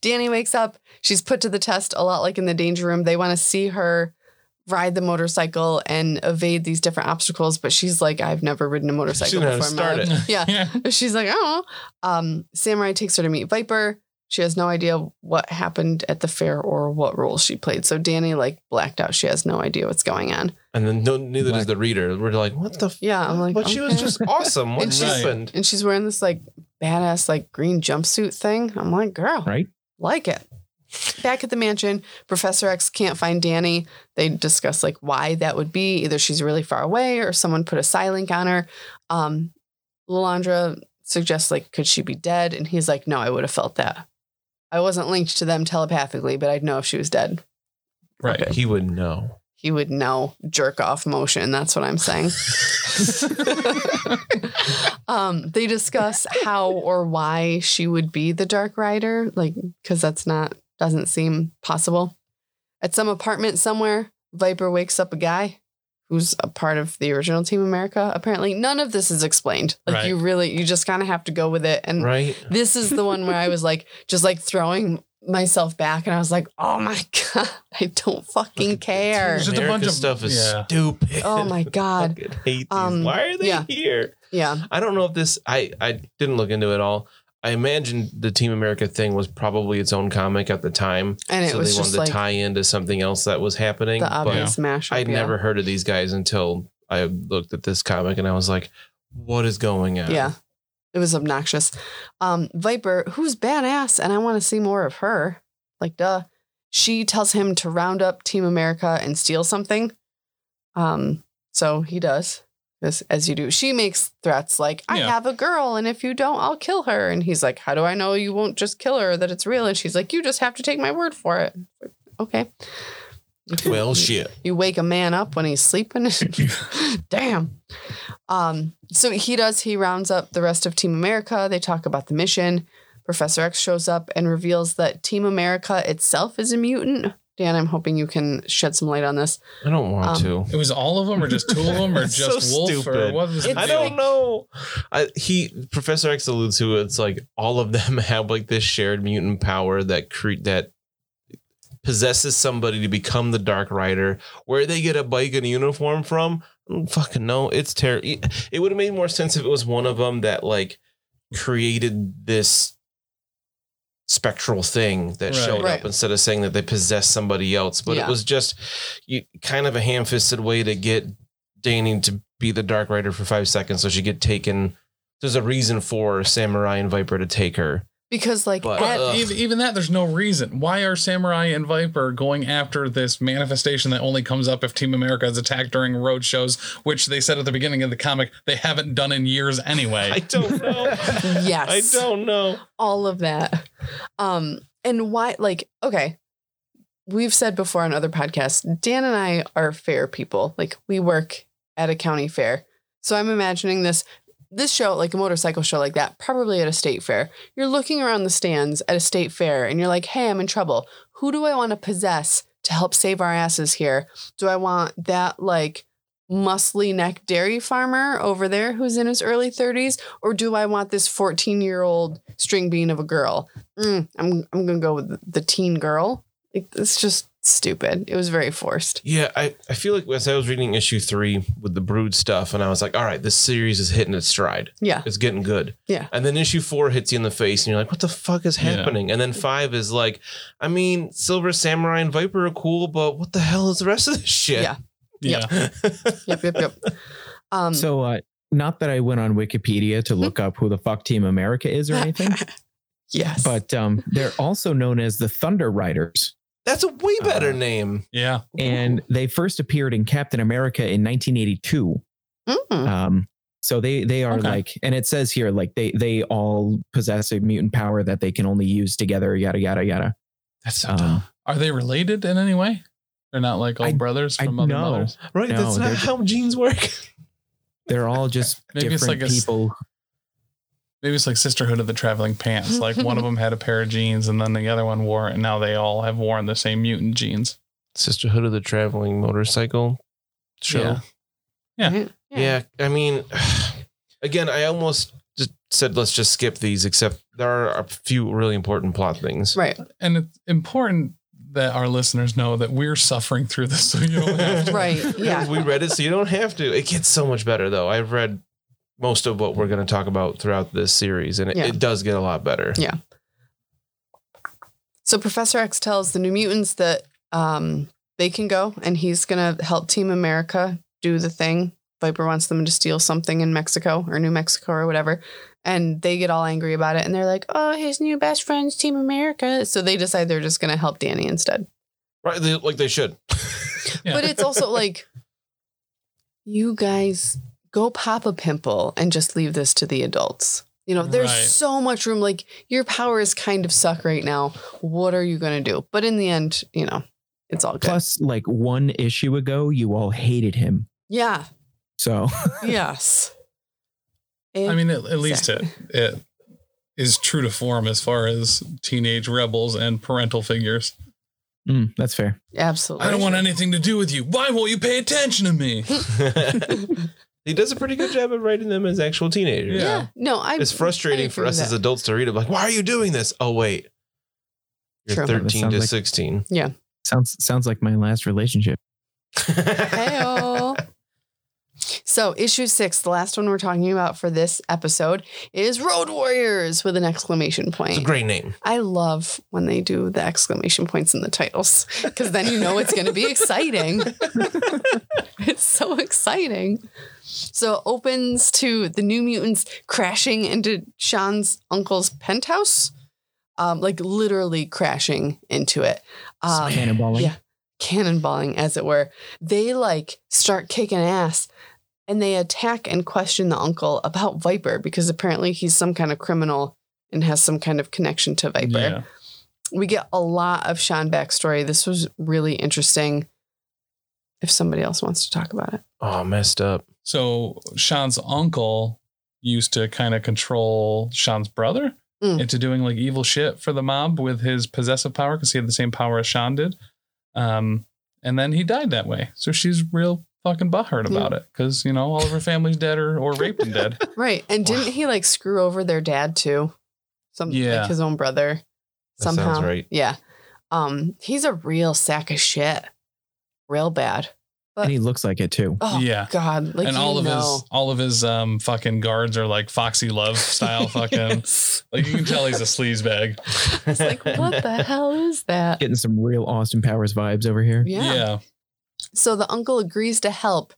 Danny wakes up. She's put to the test a lot like in the danger room. They want to see her ride the motorcycle and evade these different obstacles. But she's like, I've never ridden a motorcycle knows how to before. in my start life." it. Yeah. She's like, oh. Um, Samurai takes her to meet Viper. She has no idea what happened at the fair or what role she played. So Danny like blacked out. She has no idea what's going on. And then no, neither does Like- the reader. We're like, what the? F-? Yeah, I'm like, but she was okay. just awesome. What And she's- happened? and she's wearing this like badass like green jumpsuit thing. I'm like, girl, Right. Like it. Back at the mansion, Professor X can't find Danny. They discuss like why that would be. Either she's really far away or someone put a silink on her. Um, Lalandra suggests like, could she be dead? And he's like, no, I would have felt that. I wasn't linked to them telepathically, but I'd know if she was dead. Right. He would know. He would know jerk off motion. That's what I'm saying. um, they discuss how or why she would be the Dark Rider, like, because that's not, doesn't seem possible. At some apartment somewhere, Viper wakes up a guy who's a part of the original Team America. Apparently, none of this is explained. Like, Right. you really, you just kind of have to go with it. And right? this is the one where I was like, just like throwing myself back, and I was like, oh my God, I don't fucking care. Just a bunch American of- stuff is yeah. stupid. Oh my God. Fucking hate these. Um, Why are they yeah. here? Yeah. I don't know if this. I I didn't look into it all. I imagine the Team America thing was probably its own comic at the time, And it so was they wanted just to like tie into something else that was happening. the obvious mash. I'd never heard of these guys until I looked at this comic and I was like, "What is going on?" Yeah. It was obnoxious. Um, Viper, who's badass, and I want to see more of her. Like, duh. She tells him to round up Team America and steal something. Um, so he does. As, as you do. She makes threats like, I Yeah. have a girl, and if you don't, I'll kill her. And he's like, How do I know you won't just kill her, that it's real? And she's like, You just have to take my word for it. Okay. Well, shit. You wake a man up when he's sleeping. Damn. Um, so he does, he rounds up the rest of Team America. They talk about the mission. Professor X shows up and reveals that Team America itself is a mutant. Dan, I'm hoping you can shed some light on this. I don't want Um, to. It was all of them, or just two of them, or It's just so Wolf, or stupid. what was It's it? I don't know. I, he Professor X alludes to it's like all of them have like this shared mutant power that cre- that possesses somebody to become the Dark Rider. Where they get a bike and a uniform from, I don't fucking no. It's terrible. It would have made more sense if it was one of them that like created this spectral thing that Right. showed Right. up instead of saying that they possess somebody else. But Yeah. it was just you, kind of a ham-fisted way to get Danny to be the Dark Rider for five seconds so she get taken. There's a reason for Samurai and Viper to take her. Because, like, But- at- Ugh. Even, even that, there's no reason. Why are Samurai and Viper going after this manifestation that only comes up if Team America is attacked during road shows, which they said at the beginning of the comic they haven't done in years anyway? I don't know. yes. I don't know. all of that. Um, and why, like, okay, we've said before on other podcasts, Dan and I are fair people. Like, we work at a county fair. So I'm imagining this this show, like a motorcycle show like that, probably at a state fair. You're looking around the stands at a state fair and you're like, hey, I'm in trouble. Who do I want to possess to help save our asses here? Do I want that like muscly neck dairy farmer over there who's in his early 30s? Or do I want this 14 year old string bean of a girl? Mm, I'm, I'm going to go with the teen girl. Like, it's just stupid. It was very forced. Yeah, I, I feel like as I was reading issue three with the brood stuff, and I was like, all right, this series is hitting its stride. Yeah. It's getting good. Yeah. And then issue four hits you in the face, and you're like, what the fuck is Yeah. happening? And then five is like, I mean, Silver Samurai and Viper are cool, but what the hell is the rest of this shit? Yeah. yeah. Yep, yep, yep. Um, So, uh, not that I went on Wikipedia to look up who the fuck Team America is or anything, yes. but um, they're also known as the Thunder Riders. That's a way better Uh, name. Yeah. And they first appeared in Captain America in 1982. Mm. Um, so they they are Okay. like, and it says here like they they all possess a mutant power that they can only use together. Yada yada yada. That's so dumb. Um, Are they related in any way? They're not like old I- brothers I from other know. mothers. Right? No, that's not they're- how genes work. they're all just Maybe it's different like a s- people. Maybe it's like Sisterhood of the Traveling Pants. Like one of them had a pair of jeans, and then the other one wore, it, and now they all have worn the same mutant jeans. Sisterhood of the Traveling Motorcycle show. Yeah. Yeah, I mean, again, I almost just said let's just skip these, except there are a few really important plot things. Right. And it's important that our listeners know that we're suffering through this, so you don't have to. Right. Yeah. we read it, so you don't have to. It gets so much better, though. I've read most of what we're going to talk about throughout this series, and it, Yeah. it does get a lot better. Yeah. So Professor X tells the New Mutants that um, they can go, and he's gonna help Team America do the thing. Viper wants them to steal something in Mexico or New Mexico or whatever, and they get all angry about it, and they're like, "Oh, his new best friend's Team America." So they decide they're just gonna help Danny instead. Right? They, like they should. Yeah. But it's also like, you guys go pop a pimple and just leave this to the adults. You know, there's Right. so much room. Like your powers kind of suck right now. What are you gonna do? But in the end, you know, it's all good. Plus, like one issue ago, you all hated him. yeah. So Yes. I mean, at, at least it it is true to form as far as teenage rebels and parental figures. mm, that's fair. absolutely. I don't want anything to do with you. Why won't you pay attention to me? he does a pretty good job of writing them as actual teenagers. Yeah. Yeah. No, I. It's frustrating for us as adults to read it. Like, why are you doing this? Oh, wait. You're True. That 13 sounds to like- 16. Sounds sounds like my last relationship. Heyo. So, issue six, the last one we're talking about for this episode, is Road Warriors with an exclamation point. It's a great name. I love when they do the exclamation points in the titles because then you know it's going to be exciting. it's so exciting. So it opens to the New Mutants crashing into Sean's uncle's penthouse, um, like literally crashing into it. Um, Cannonballing. yeah. cannonballing, as it were. They like start kicking ass and they attack and question the uncle about Viper because apparently he's some kind of criminal and has some kind of connection to Viper Yeah. we get a lot of Sean backstory. This was really interesting. If somebody else wants to talk about it, Oh, messed up. So Sean's uncle used to kind of control Sean's brother Mm. into doing like evil shit for the mob with his possessive power because he had the same power as Sean did. Um, and then he died that way. So she's real fucking butthurt Hmm. about it because you know all of her family's dead or, or raped and dead. right? And didn't he like screw over their dad too? Some Yeah. like his own brother That sounds somehow. right. Yeah. Um, he's a real sack of shit, real bad. And he looks like it too. Oh Yeah. God! Like and you all of know. his all of his um fucking guards are like Foxy Love style fucking Yes. like you can tell he's a sleaze bag. It's like what the hell is that? Getting some real Austin Powers vibes over here. Yeah. Yeah. So the uncle agrees to help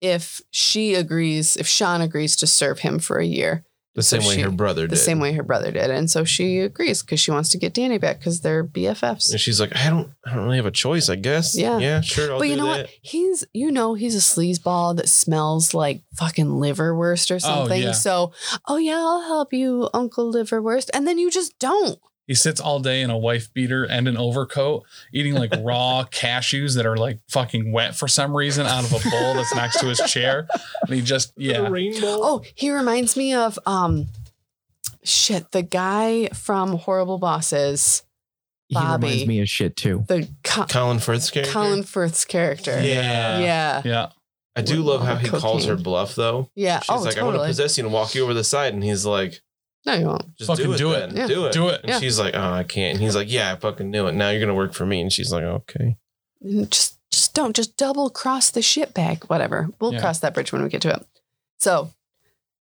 if she agrees, if Sean agrees to serve him for a year. The So same way she- her brother the did. same way her brother did. And so she agrees because she wants to get Danny back because they're BFFs. And she's like, I don't, I don't really have a choice, I guess. Yeah. Yeah, sure. I'll but do you know that. what? He's, you know, he's a sleazeball that smells like fucking liverwurst Oh, or something. yeah. So, oh yeah, I'll help you, Uncle Liverwurst. And then you just don't. He sits all day in a wife beater and an overcoat, eating like raw cashews that are like fucking wet for some reason out of a bowl that's next to his chair. And he just yeah. Oh, he reminds me of, um, shit, the guy from Horrible Bosses, He Bobby. reminds me of shit too. the Co- Colin Firth's character. Colin Firth's character. Yeah. Yeah. Yeah. I do love how he Cocaine. calls her bluff, though. Yeah. She's Oh, like, I want to totally. possess you and walk you over the side. And he's like, no, you won't. just Fucking do it. do it. then. Yeah. Do it. Do it. And she's like, oh, I can't. And he's like, yeah, I fucking knew it. Now you're going to work for me. And she's like, okay. And Mm, just just don't just double cross the shit bag whatever we'll Yeah. cross that bridge when we get to it so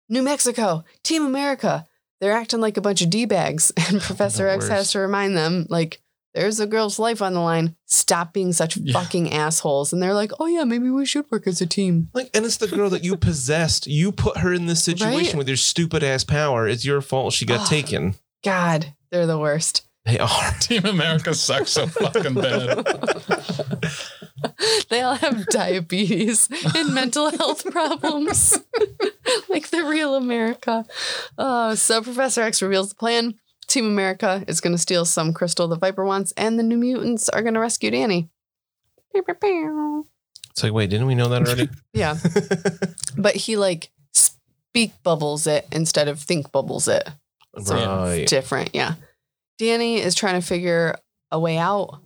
new mexico team america they're acting like a bunch of d-bags and professor x has worst. to remind them like there's a girl's life on the line stop being such Yeah. fucking assholes and they're like oh yeah maybe we should work as a team Like, and it's the girl that you possessed. You put her in this situation Right? with your stupid ass power. It's your fault she got Ugh. taken. god they're the worst They are. Team America sucks so fucking bad. they all have diabetes and mental health problems, like the real America. Uh, so Professor X reveals the plan. Team America is going to steal some crystal the Viper wants, and the New Mutants are going to rescue Danny. Pew, pew, pew. It's like, wait, didn't we know that already? Yeah, but he like speak bubbles it instead of think bubbles it. So right. it's different. Yeah. Danny is trying to figure a way out.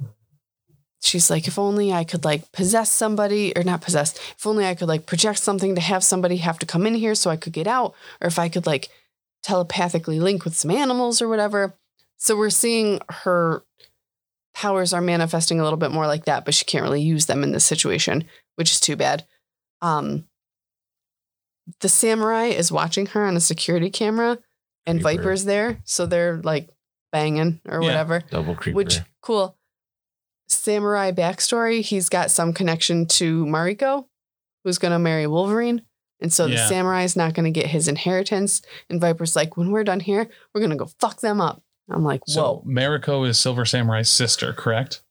She's like, if only I could like possess somebody or not possess, if only I could like project something to have somebody have to come in here so I could get out, or if I could like telepathically link with some animals or whatever. So we're seeing her powers are manifesting a little bit more like that, but she can't really use them in this situation, which is too bad. Um, the samurai is watching her on a security camera, and Creeper. Viper's there, so they're like banging or Yeah. whatever. Double creeper. Which cool. Samurai backstory, he's got some connection to Mariko, who's gonna marry Wolverine. And so the Yeah. samurai's not gonna get his inheritance. And Viper's like, when we're done here, we're gonna go fuck them up. I'm like, whoa. So Mariko is Silver Samurai's sister, correct?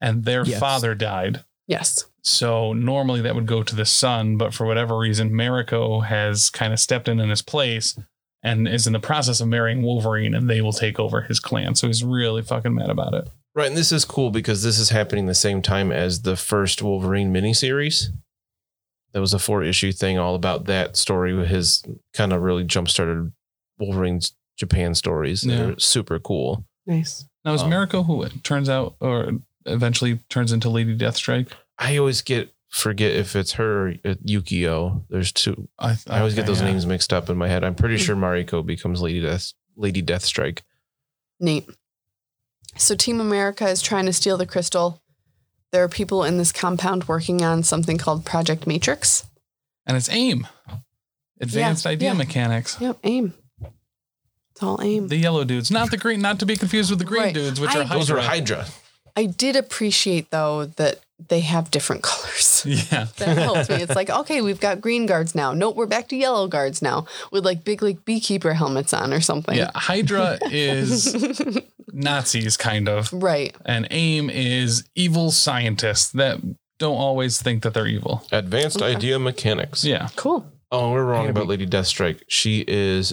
And their Yes. father died. yes. So normally that would go to the son, but for whatever reason, Mariko has kind of stepped in in his place and is in the process of marrying Wolverine, and they will take over his clan. So he's really fucking mad about it. Right, and this is cool because this is happening the same time as the first Wolverine miniseries. That was a four issue thing all about that story with his kind of really jump started Wolverine's Japan stories. Yeah. They're super cool. Nice. Now is Um, Mariko who it turns out or eventually turns into Lady Deathstrike? I always get forget if it's her or Yukio. There's two. I, I always get okay, those yeah. names mixed up in my head. I'm pretty sure Mariko becomes Lady Death Lady Deathstrike. Neat. So Team America is trying to steal the crystal. There are people in this compound working on something called Project Matrix. And it's AIM, Advanced Idea yeah. Mechanics. Yep, aim. It's all aim. The yellow dudes, not the green, not to be confused with the green Right. dudes, which I- are Hydra. Those are Hydra. I did appreciate though that they have different colors. Yeah. that helped me. It's like, okay, we've got green guards now. Nope, we're back to yellow guards now with like big like beekeeper helmets on or something. Yeah. Hydra is Nazis, kind of. right. And AIM is evil scientists that don't always think that they're evil. Advanced Okay. Idea Mechanics. Yeah. Cool. Oh, we're wrong gotta about be- Lady Deathstrike. She is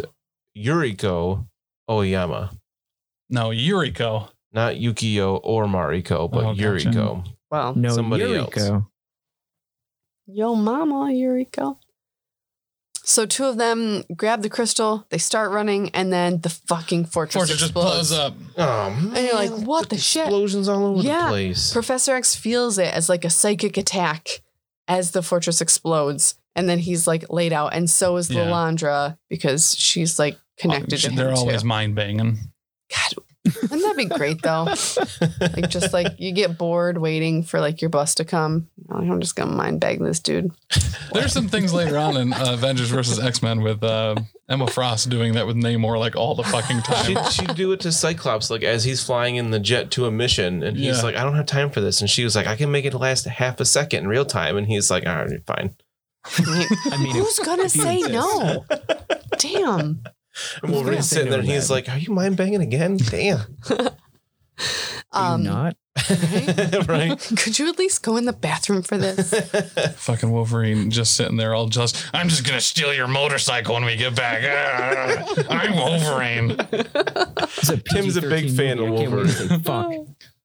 Yuriko Oyama, No, Yuriko. not Yukio or Mariko, but Oh, gotcha. Yuriko. Well, No, Somebody Yuriko. else. yo, mama, Yuriko. So two of them grab the crystal. They start running, and then the fucking fortress, Fortune just explodes. blows up. Oh, man. And you're like, what the shit? Explosions all over Yeah. the place. Professor X feels it as like a psychic attack as the fortress explodes. And then he's like laid out, and so is Yeah. Oh, Lalandra because she's like connected to him. They're too. always mind banging. God, wouldn't that be great though? like just like you get bored waiting for like your bus to come. You're like, I'm just gonna mind bag this dude. There's some things later on in uh, Avengers versus X Men with uh, Emma Frost doing that with Namor like all the fucking time. She'd, she'd do it to Cyclops, like as he's flying in the jet to a mission, and he's Yeah. like, "I don't have time for this," and she was like, "I can make it last half a second in real time," and he's like, "All right, fine." I mean, Who's gonna if you say insist. no? Damn. And Wolverine's Yeah. sitting there, and he's They know like, "Are you mind banging again?" Damn, Are Um, you not? right? could you at least go in the bathroom for this? fucking Wolverine just sitting there all just, I'm just going to steal your motorcycle when we get back. Ah, I'm Wolverine. It's a Tim's a big PG-13 fan of movie. I can't wait to say Fuck.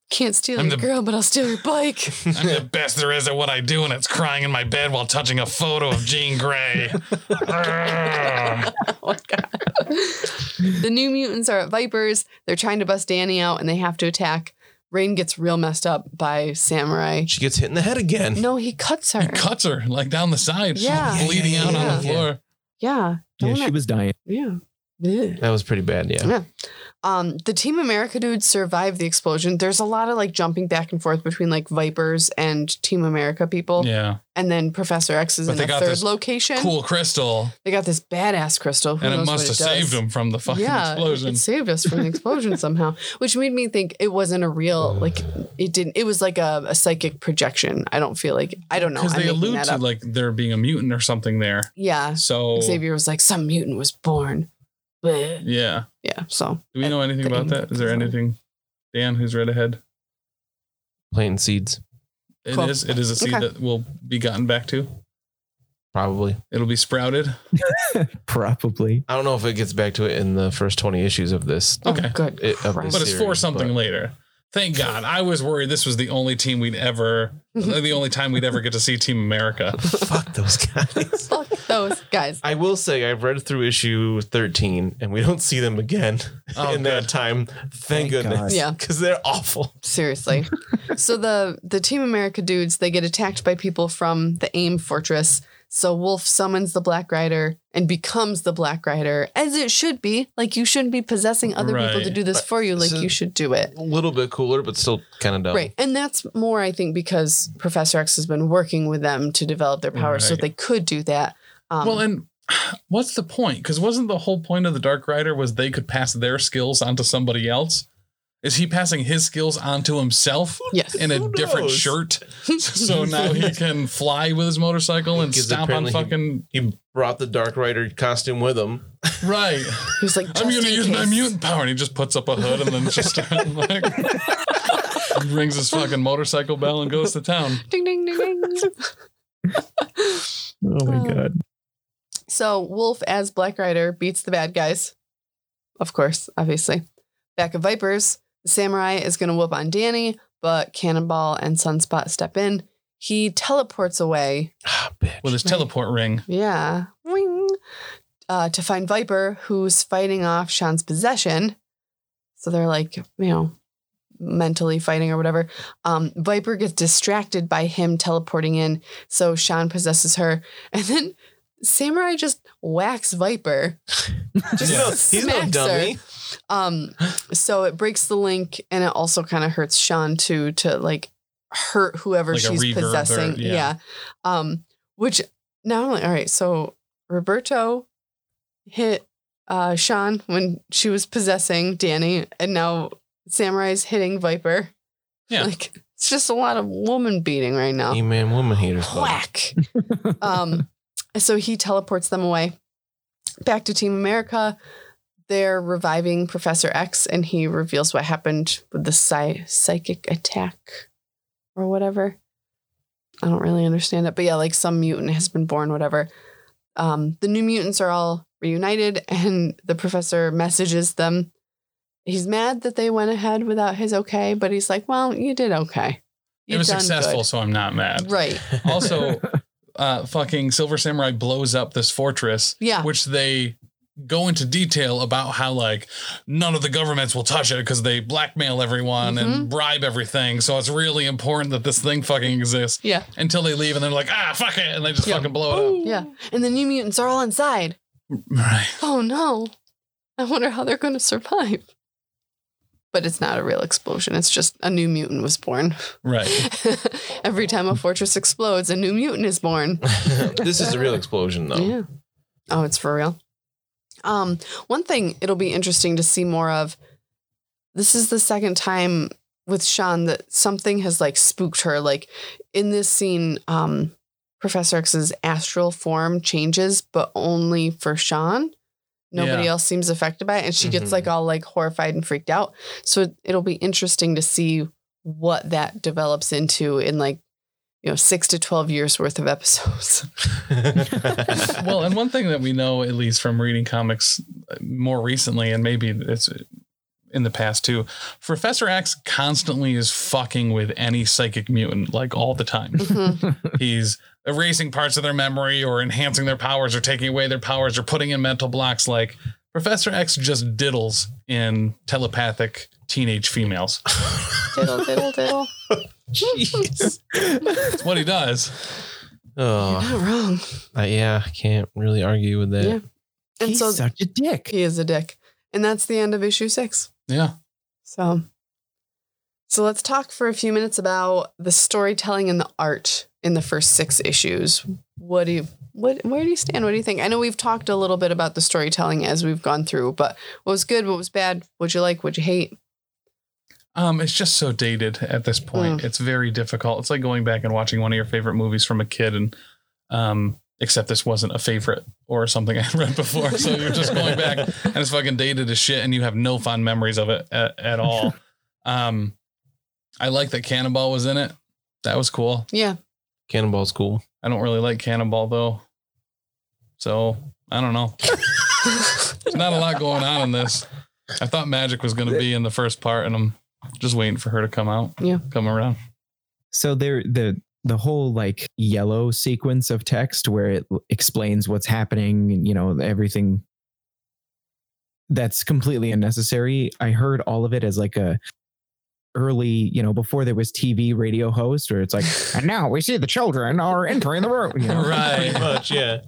Can't steal I'm your the- girl, but I'll steal your bike. I'm the best there is at what I do, and it's crying in my bed while touching a photo of Jean Grey. Ah. the new mutants are at Vipers. They're trying to bust Danny out and they have to attack. Rain gets real messed up by Samurai. she gets hit in the head again. No, he cuts her. Cuts her like down the side, Yeah. bleeding out on Yeah. the floor. yeah. Yeah, Don't she was dying. Yeah. Ugh. That was pretty bad. Yeah. Um, the Team America dudes survived the explosion. There's a lot of like jumping back and forth between like Vipers and Team America people, Yeah, and then Professor X is But in they a got third this location. cool crystal, They got this badass crystal, Who and it knows must what have does. saved him from the fucking yeah, explosion. It saved us from the explosion somehow, which made me think it wasn't a real like it didn't. It was like a, a psychic projection. I don't feel like I don't know. Because I'm they making allude that to up. like there being a mutant or something there. yeah. So Xavier was like, some mutant was born. Bleh. yeah, Yeah. So do we know anything about that? Is there anything, Dan, who's read ahead? Planting seeds, It is. Cool. It is a seed Okay. that will be gotten back to. probably. It'll be sprouted. Probably. I don't know if it gets back to it in the first 20 issues of this. oh, Okay. good. It- of Christ. but it's Serious, for something but- later. Thank God. I was worried this was the only team we'd ever, the only time we'd ever get to see Team America. Fuck those guys. Fuck those guys. I will say I've read through issue 13 and we don't see them again Oh, in that time. Thank, Thank goodness. God. Yeah. Because they're awful. Seriously. so the the Team America dudes they get attacked by people from the AIM fortress. So Wolf summons the Black Rider and becomes the Black Rider, as it should be. Like you shouldn't be possessing other people to Right. do this But for you. Like this is- you should do it. A little bit cooler, but still kind of dumb. Right. And that's more, I think, because Professor X has been working with them to develop their powers so Right. they could do that. Um, well, and what's the point? Because wasn't the whole point of the Dark Rider was they could pass their skills onto somebody else? Is he passing his skills onto himself yes. in a Who different knows? shirt? so now he can fly with his motorcycle and Because stomp on apparently he- fucking He brought the Dark Rider costume with him. right. He was like, I'm "Just gonna in use my case." mutant power, and he just puts up a hood and then just like rings his fucking motorcycle bell and goes to town. Ding, ding, ding, ding. Oh my Oh. god. So Wolf as Black Rider beats the bad guys. Of course, obviously. Back of Vipers, the samurai is going to whoop on Danny, but Cannonball and Sunspot step in. He teleports away. Ah, bitch. with his Right. teleport ring. Yeah. Wing. Uh, to find Viper, who's fighting off Sean's possession. So they're like, you know, mentally fighting or whatever. Um, Viper gets distracted by him teleporting in. So Sean possesses her. And then Samurai just whacks Viper. Just He's no- he's no smacks her. dummy. Um, so it breaks the link, and it also kind of hurts Sean too to like hurt whoever Like a she's reverb or- possessing. yeah. yeah. Um, which now I'm like, all right, so Roberto hit uh Sean when she was possessing Danny, and now Samurai's hitting Viper. Yeah. Like it's just a lot of woman beating right now. E man, woman haters. bud. Whack. um, so he teleports them away. Back to Team America. They're reviving Professor X, and he reveals what happened with the psy- psychic attack or whatever. I don't really understand it, but yeah, like some mutant has been born, whatever. Um, the new mutants are all reunited, and the professor messages them. He's mad that they went ahead without his okay, but he's like, "Well, you did okay. it You was done good." successful, so I'm not mad. right? Also, uh, fucking Silver Samurai blows up this fortress, Yeah, which they go into detail about how like none of the governments will touch it because they blackmail everyone Mm-hmm. and bribe everything. So it's really important that this thing fucking exists yeah. until they leave and they're like, ah, fuck it, and they just Yeah. fucking blow it Yeah. And the new mutants are all inside. up. Right. Oh no. I wonder how they're going to survive. But it's not a real explosion. It's just a new mutant was born. Right. Every time a fortress explodes, a new mutant is born. this is a real explosion, though. Yeah. Oh, it's for real. Um, one thing it'll be interesting to see more of. This is the second time with Sean that something has like spooked her. Like in this scene, um, Professor X's astral form changes, but only for Sean. Nobody Yeah. else seems affected by it, and she gets Mhm. like all like horrified and freaked out. So it, it'll be interesting to see what that develops into in like you know six to twelve years worth of episodes. well, and one thing that we know, at least from reading comics uh, more recently, and maybe it's in the past too, Professor X constantly is fucking with any psychic mutant, like all the time. He's erasing parts of their memory or enhancing their powers or taking away their powers or putting in mental blocks. Like Professor X just diddles in telepathic teenage females. diddle diddle diddle. Jeez. That's what he does. oh, Not wrong. I- yeah, I can't really argue with that. Yeah. And He's so such a dick. he is a dick, and that's the end of issue six. Yeah. So, so let's talk for a few minutes about the storytelling and the art in the first six issues. What do you what where do you stand? What do you think? I know we've talked a little bit about the storytelling as we've gone through, but what was good, what was bad, what you like, what you hate. Um, it's just so dated at this point. It's very difficult. It's like going back and watching one of your favorite movies from a kid, and um, except this wasn't a favorite or something I had read before. So you're just going back, and it's fucking dated as shit, and you have no fond memories of it at, at all. Um, I like that Cannonball was in it. That was cool. Yeah. Cannonball's cool. I don't really like Cannonball though, so I don't know. There's not a lot going on in this. I thought Magic was going to be in the first part, and I'm just waiting for her to come out. Yeah. come around. So there the the whole like yellow sequence of text where it l- explains what's happening and you know everything that's completely unnecessary. I heard all of it as like a early, you know, before there was TV radio host, where it's like, and now we see the children are entering the room. You know? Right. Pretty much, yeah.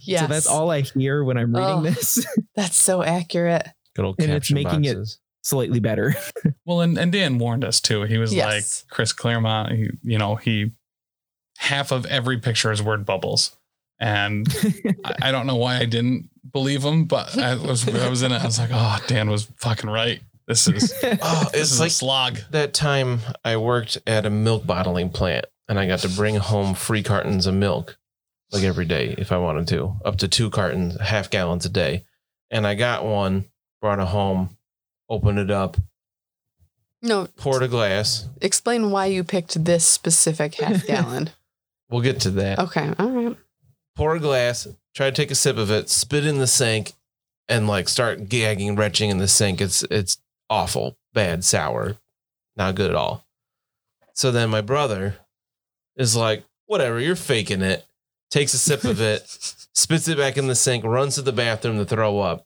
Yes. So that's all I hear when I'm reading Oh. this. That's so accurate. Good old And it's caption making it- boxes. Slightly better. Well, and, and Dan warned us too. He was Yes. like, Chris Claremont, he, you know, he, half of every picture is word bubbles. And I, I don't know why I didn't believe him, but I was, I was in it. I was like, oh, Dan was fucking right. This is, Oh, this it's is like a slog. that time I worked at a milk bottling plant and I got to bring home free cartons of milk like every day if I wanted to, up to two cartons, half gallons a day. And I got one, brought it home, opened it up, No, poured a glass. explain why you picked this specific half gallon. We'll get to that. Okay. All right. Pour a glass, try to take a sip of it, spit in the sink, and like start gagging, retching in the sink. It's it's awful, bad, sour, not good at all. So then my brother is like, whatever, you're faking it. Takes a sip of it, spits it back in the sink, runs to the bathroom to throw up.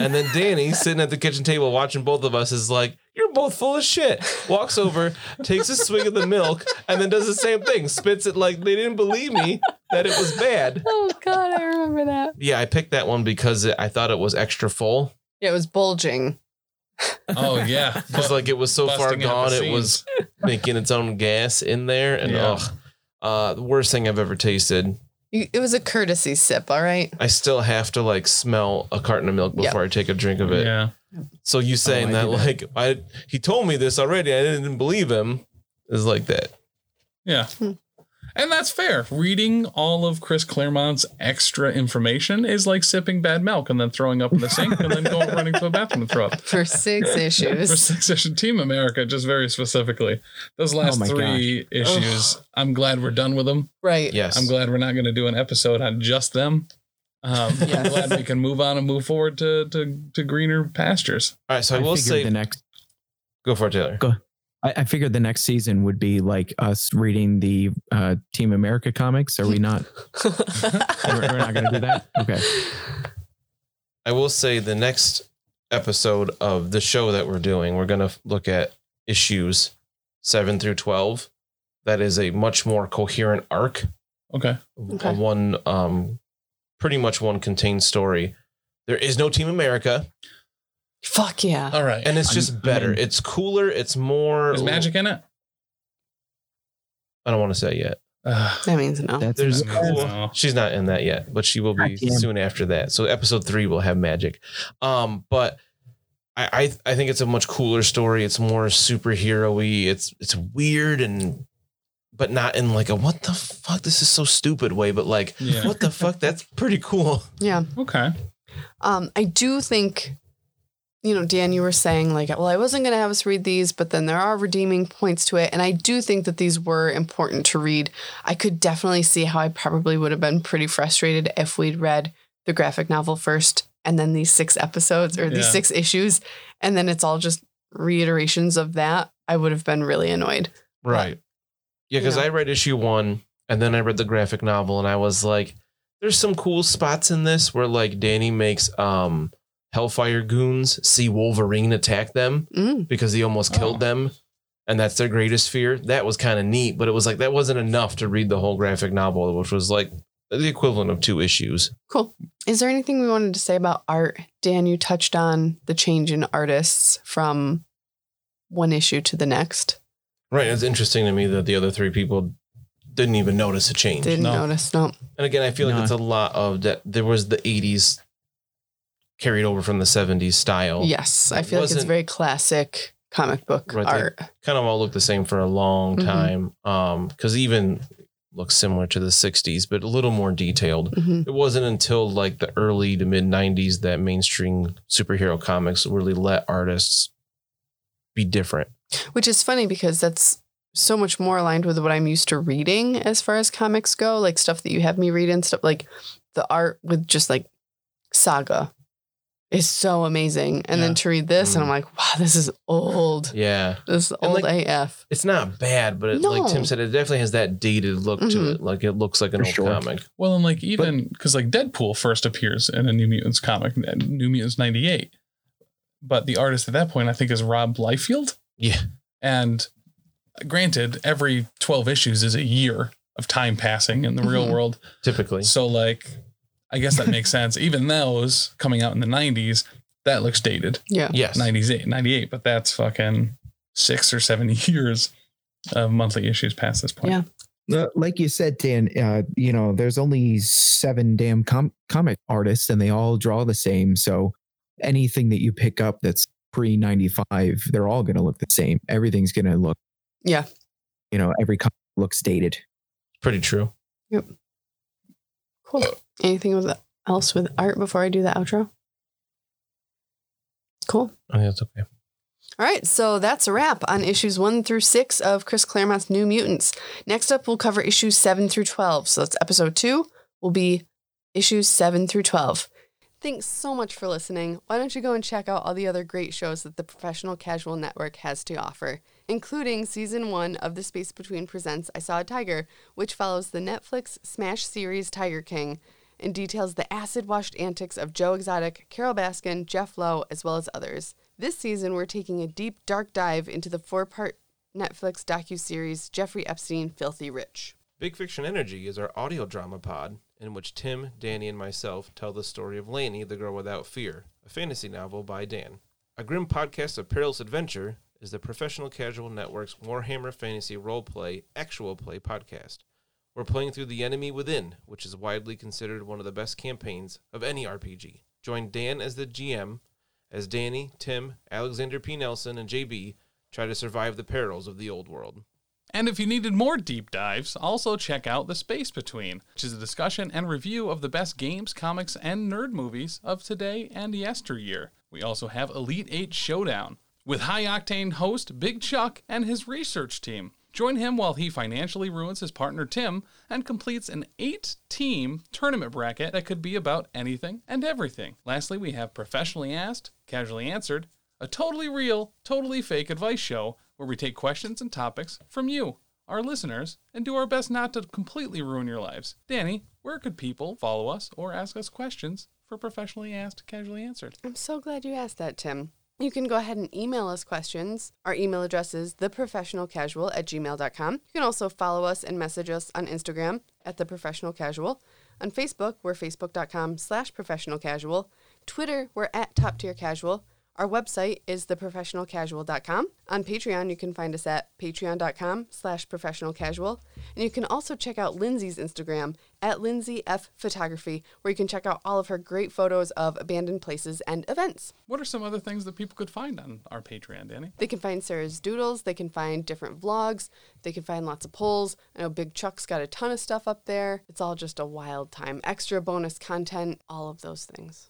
And then Danny, sitting at the kitchen table watching both of us, is like, You're both full of shit. Walks over, takes a swig of the milk, and then does the same thing. Spits it like they didn't believe me that it was bad. Oh God, I remember that. Yeah, I picked that one because it, I thought it was extra full. Yeah, it was bulging. Oh, yeah. Because like it was so far Busting out gone, the it was making its own gas in there. And Yeah. ugh, uh, the worst thing I've ever tasted. You- It was a courtesy sip. All right. I still have to like smell a carton of milk Yeah. before I take a drink of it. yeah. So you saying I that do that. like Oh, I he told me this already, I didn't believe him is like that. Yeah. Hmm. And that's fair. Reading all of Chris Claremont's extra information is like sipping bad milk and then throwing up in the sink and then going running to the bathroom and throw up. For six For issues. Succession Team America, just very specifically, those Oh last my three issues, I'm glad we're done with them. Right. Yes. I'm glad we're not going to do an episode on just them. Um, I'm Yes. glad we can move on and move forward to to, to greener pastures. All right, so I, will figured say the next go for it, Taylor. Go- I, I figured the next season would be like us reading the uh, Team America comics. Are we not? we're, we're not going to do that. Okay. I will say the next episode of the show that we're doing, we're gonna look at issues seven through twelve. That is a much more coherent arc. Okay. Okay. A One um pretty much one contained story. There is no Team America, Fuck yeah. All right. and it's just I'm- I'm better. in. It's cooler. It's more. There's magic in it. I don't want to say it yet. Uh, That means no. That's There's Cool. cool. She's not in that yet, but she will be God damn. soon after that. So episode three will have magic. Um, but I, I I think it's a much cooler story. It's more superhero-y. It's it's weird and but not in like a what the fuck this is so stupid way, but like Yeah. what the fuck that's pretty cool. Yeah. okay. Um, I do think, you know, Dan, you were saying like, well, I wasn't going to have us read these, but then there are redeeming points to it, and I do think that these were important to read. I could definitely see how I probably would have been pretty frustrated if we'd read the graphic novel first and then these six episodes or these Yeah. six issues, and then it's all just reiterations of that. I would have been really annoyed. Right. Yeah, because Yeah. I read issue one and then I read the graphic novel and I was like, there's some cool spots in this where like Danny makes um Hellfire goons see Wolverine attack them. Mm. because he almost killed Oh. them and that's their greatest fear. That was kind of neat, but it was like that wasn't enough to read the whole graphic novel, which was like the equivalent of two issues. Cool. Is there anything we wanted to say about art? Dan, you touched on the change in artists from one issue to the next. Right. It's interesting to me that the other three people didn't even notice a change. Didn't No. notice. No. And again, I feel like No. it's a lot of that there was the 80s carried over from the 70s style. Yes. I It feel like it's wasn't- very classic comic book Right, they- art. Kind of all looked the same for a long Mhm. time. Um, cuz even looks similar to the 60s, but a little more detailed. Mhm. it wasn't until like the early to mid 90s that mainstream superhero comics really let artists be different. Which is funny because that's so much more aligned with what I'm used to reading as far as comics go, like stuff that you have me read and stuff like the art with just like saga is so amazing. And then Yeah. to read this Mm. and I'm like, wow, this is old. Yeah. This is old like- AF. It's not bad, but it, like No. Tim said, it definitely has that dated look to Mhm. it. Like it looks like an For old sure. comic. Well, and like even because like Deadpool first appears in a New Mutants comic, New Mutants '98, but the artist at that point I think is Rob Liefeld. Yeah. And granted, every 12 issues is a year of time passing in the real Mhm. Mm-hmm. world. Typically. So, like, I guess that makes sense. Even those coming out in the 90s, that looks dated. Yeah. Yes. 98, 98, but that's fucking six or seven years of monthly issues past this point. Yeah. Uh, like you said, Dan, uh, you know, there's only seven damn com- comic artists and they all draw the same. So anything that you pick up that's pre 95, they're all going to look the same. Everything's going to look. Yeah. You know, every comic looks dated. Pretty true. Cool. Anything with, else with art before I do the outro? Cool. I think that's okay. All right, so that's a wrap on issues one through six of Chris Claremont's New Mutants. Next up, we'll cover issues seven through 12. So that's episode two, will be issues seven through 12. Thanks so much for listening. Why don't you go and check out all the other great shows that the Professional Casual Network has to offer, including season one of The Space Between Presents I Saw a Tiger, which follows the Netflix smash series Tiger King and details the acid washed antics of Joe Exotic, Carol Baskin, Jeff Lowe, as well as others. This season, we're taking a deep, dark dive into the four part Netflix docuseries Jeffrey Epstein Filthy Rich. Big Fiction Energy is our audio drama pod in which Tim, Danny, and myself tell the story of Laney, the Girl Without Fear, a fantasy novel by Dan. A grim podcast of perilous adventure is the Professional Casual Network's Warhammer Fantasy Roleplay Actual Play podcast. We're playing through The Enemy Within, which is widely considered one of the best campaigns of any RPG. Join Dan as the GM as Danny, Tim, Alexander P. Nelson, and JB try to survive the perils of the old world. And if you needed more deep dives, also check out The Space Between, which is a discussion and review of the best games, comics, and nerd movies of today and yesteryear. We also have Elite 8 Showdown with high octane host Big Chuck and his research team. Join him while he financially ruins his partner Tim and completes an eight team tournament bracket that could be about anything and everything. Lastly, we have Professionally Asked, Casually Answered, a totally real, totally fake advice show where we take questions and topics from you, our listeners, and do our best not to completely ruin your lives. Danny, where could people follow us or ask us questions for professionally asked, casually answered? I'm so glad you asked that, Tim. You can go ahead and email us questions. Our email address is theprofessionalcasual at gmail.com. You can also follow us and message us on Instagram at theprofessionalcasual. On Facebook, we're facebook.com slash professionalcasual. Twitter, we're at top tier casual. Our website is theprofessionalcasual.com. On Patreon, you can find us at patreon.com slash professionalcasual. And you can also check out Lindsay's Instagram at Lindsay F Photography, where you can check out all of her great photos of abandoned places and events. What are some other things that people could find on our Patreon, Danny? They can find Sarah's doodles, they can find different vlogs, they can find lots of polls. I know Big Chuck's got a ton of stuff up there. It's all just a wild time. Extra bonus content, all of those things.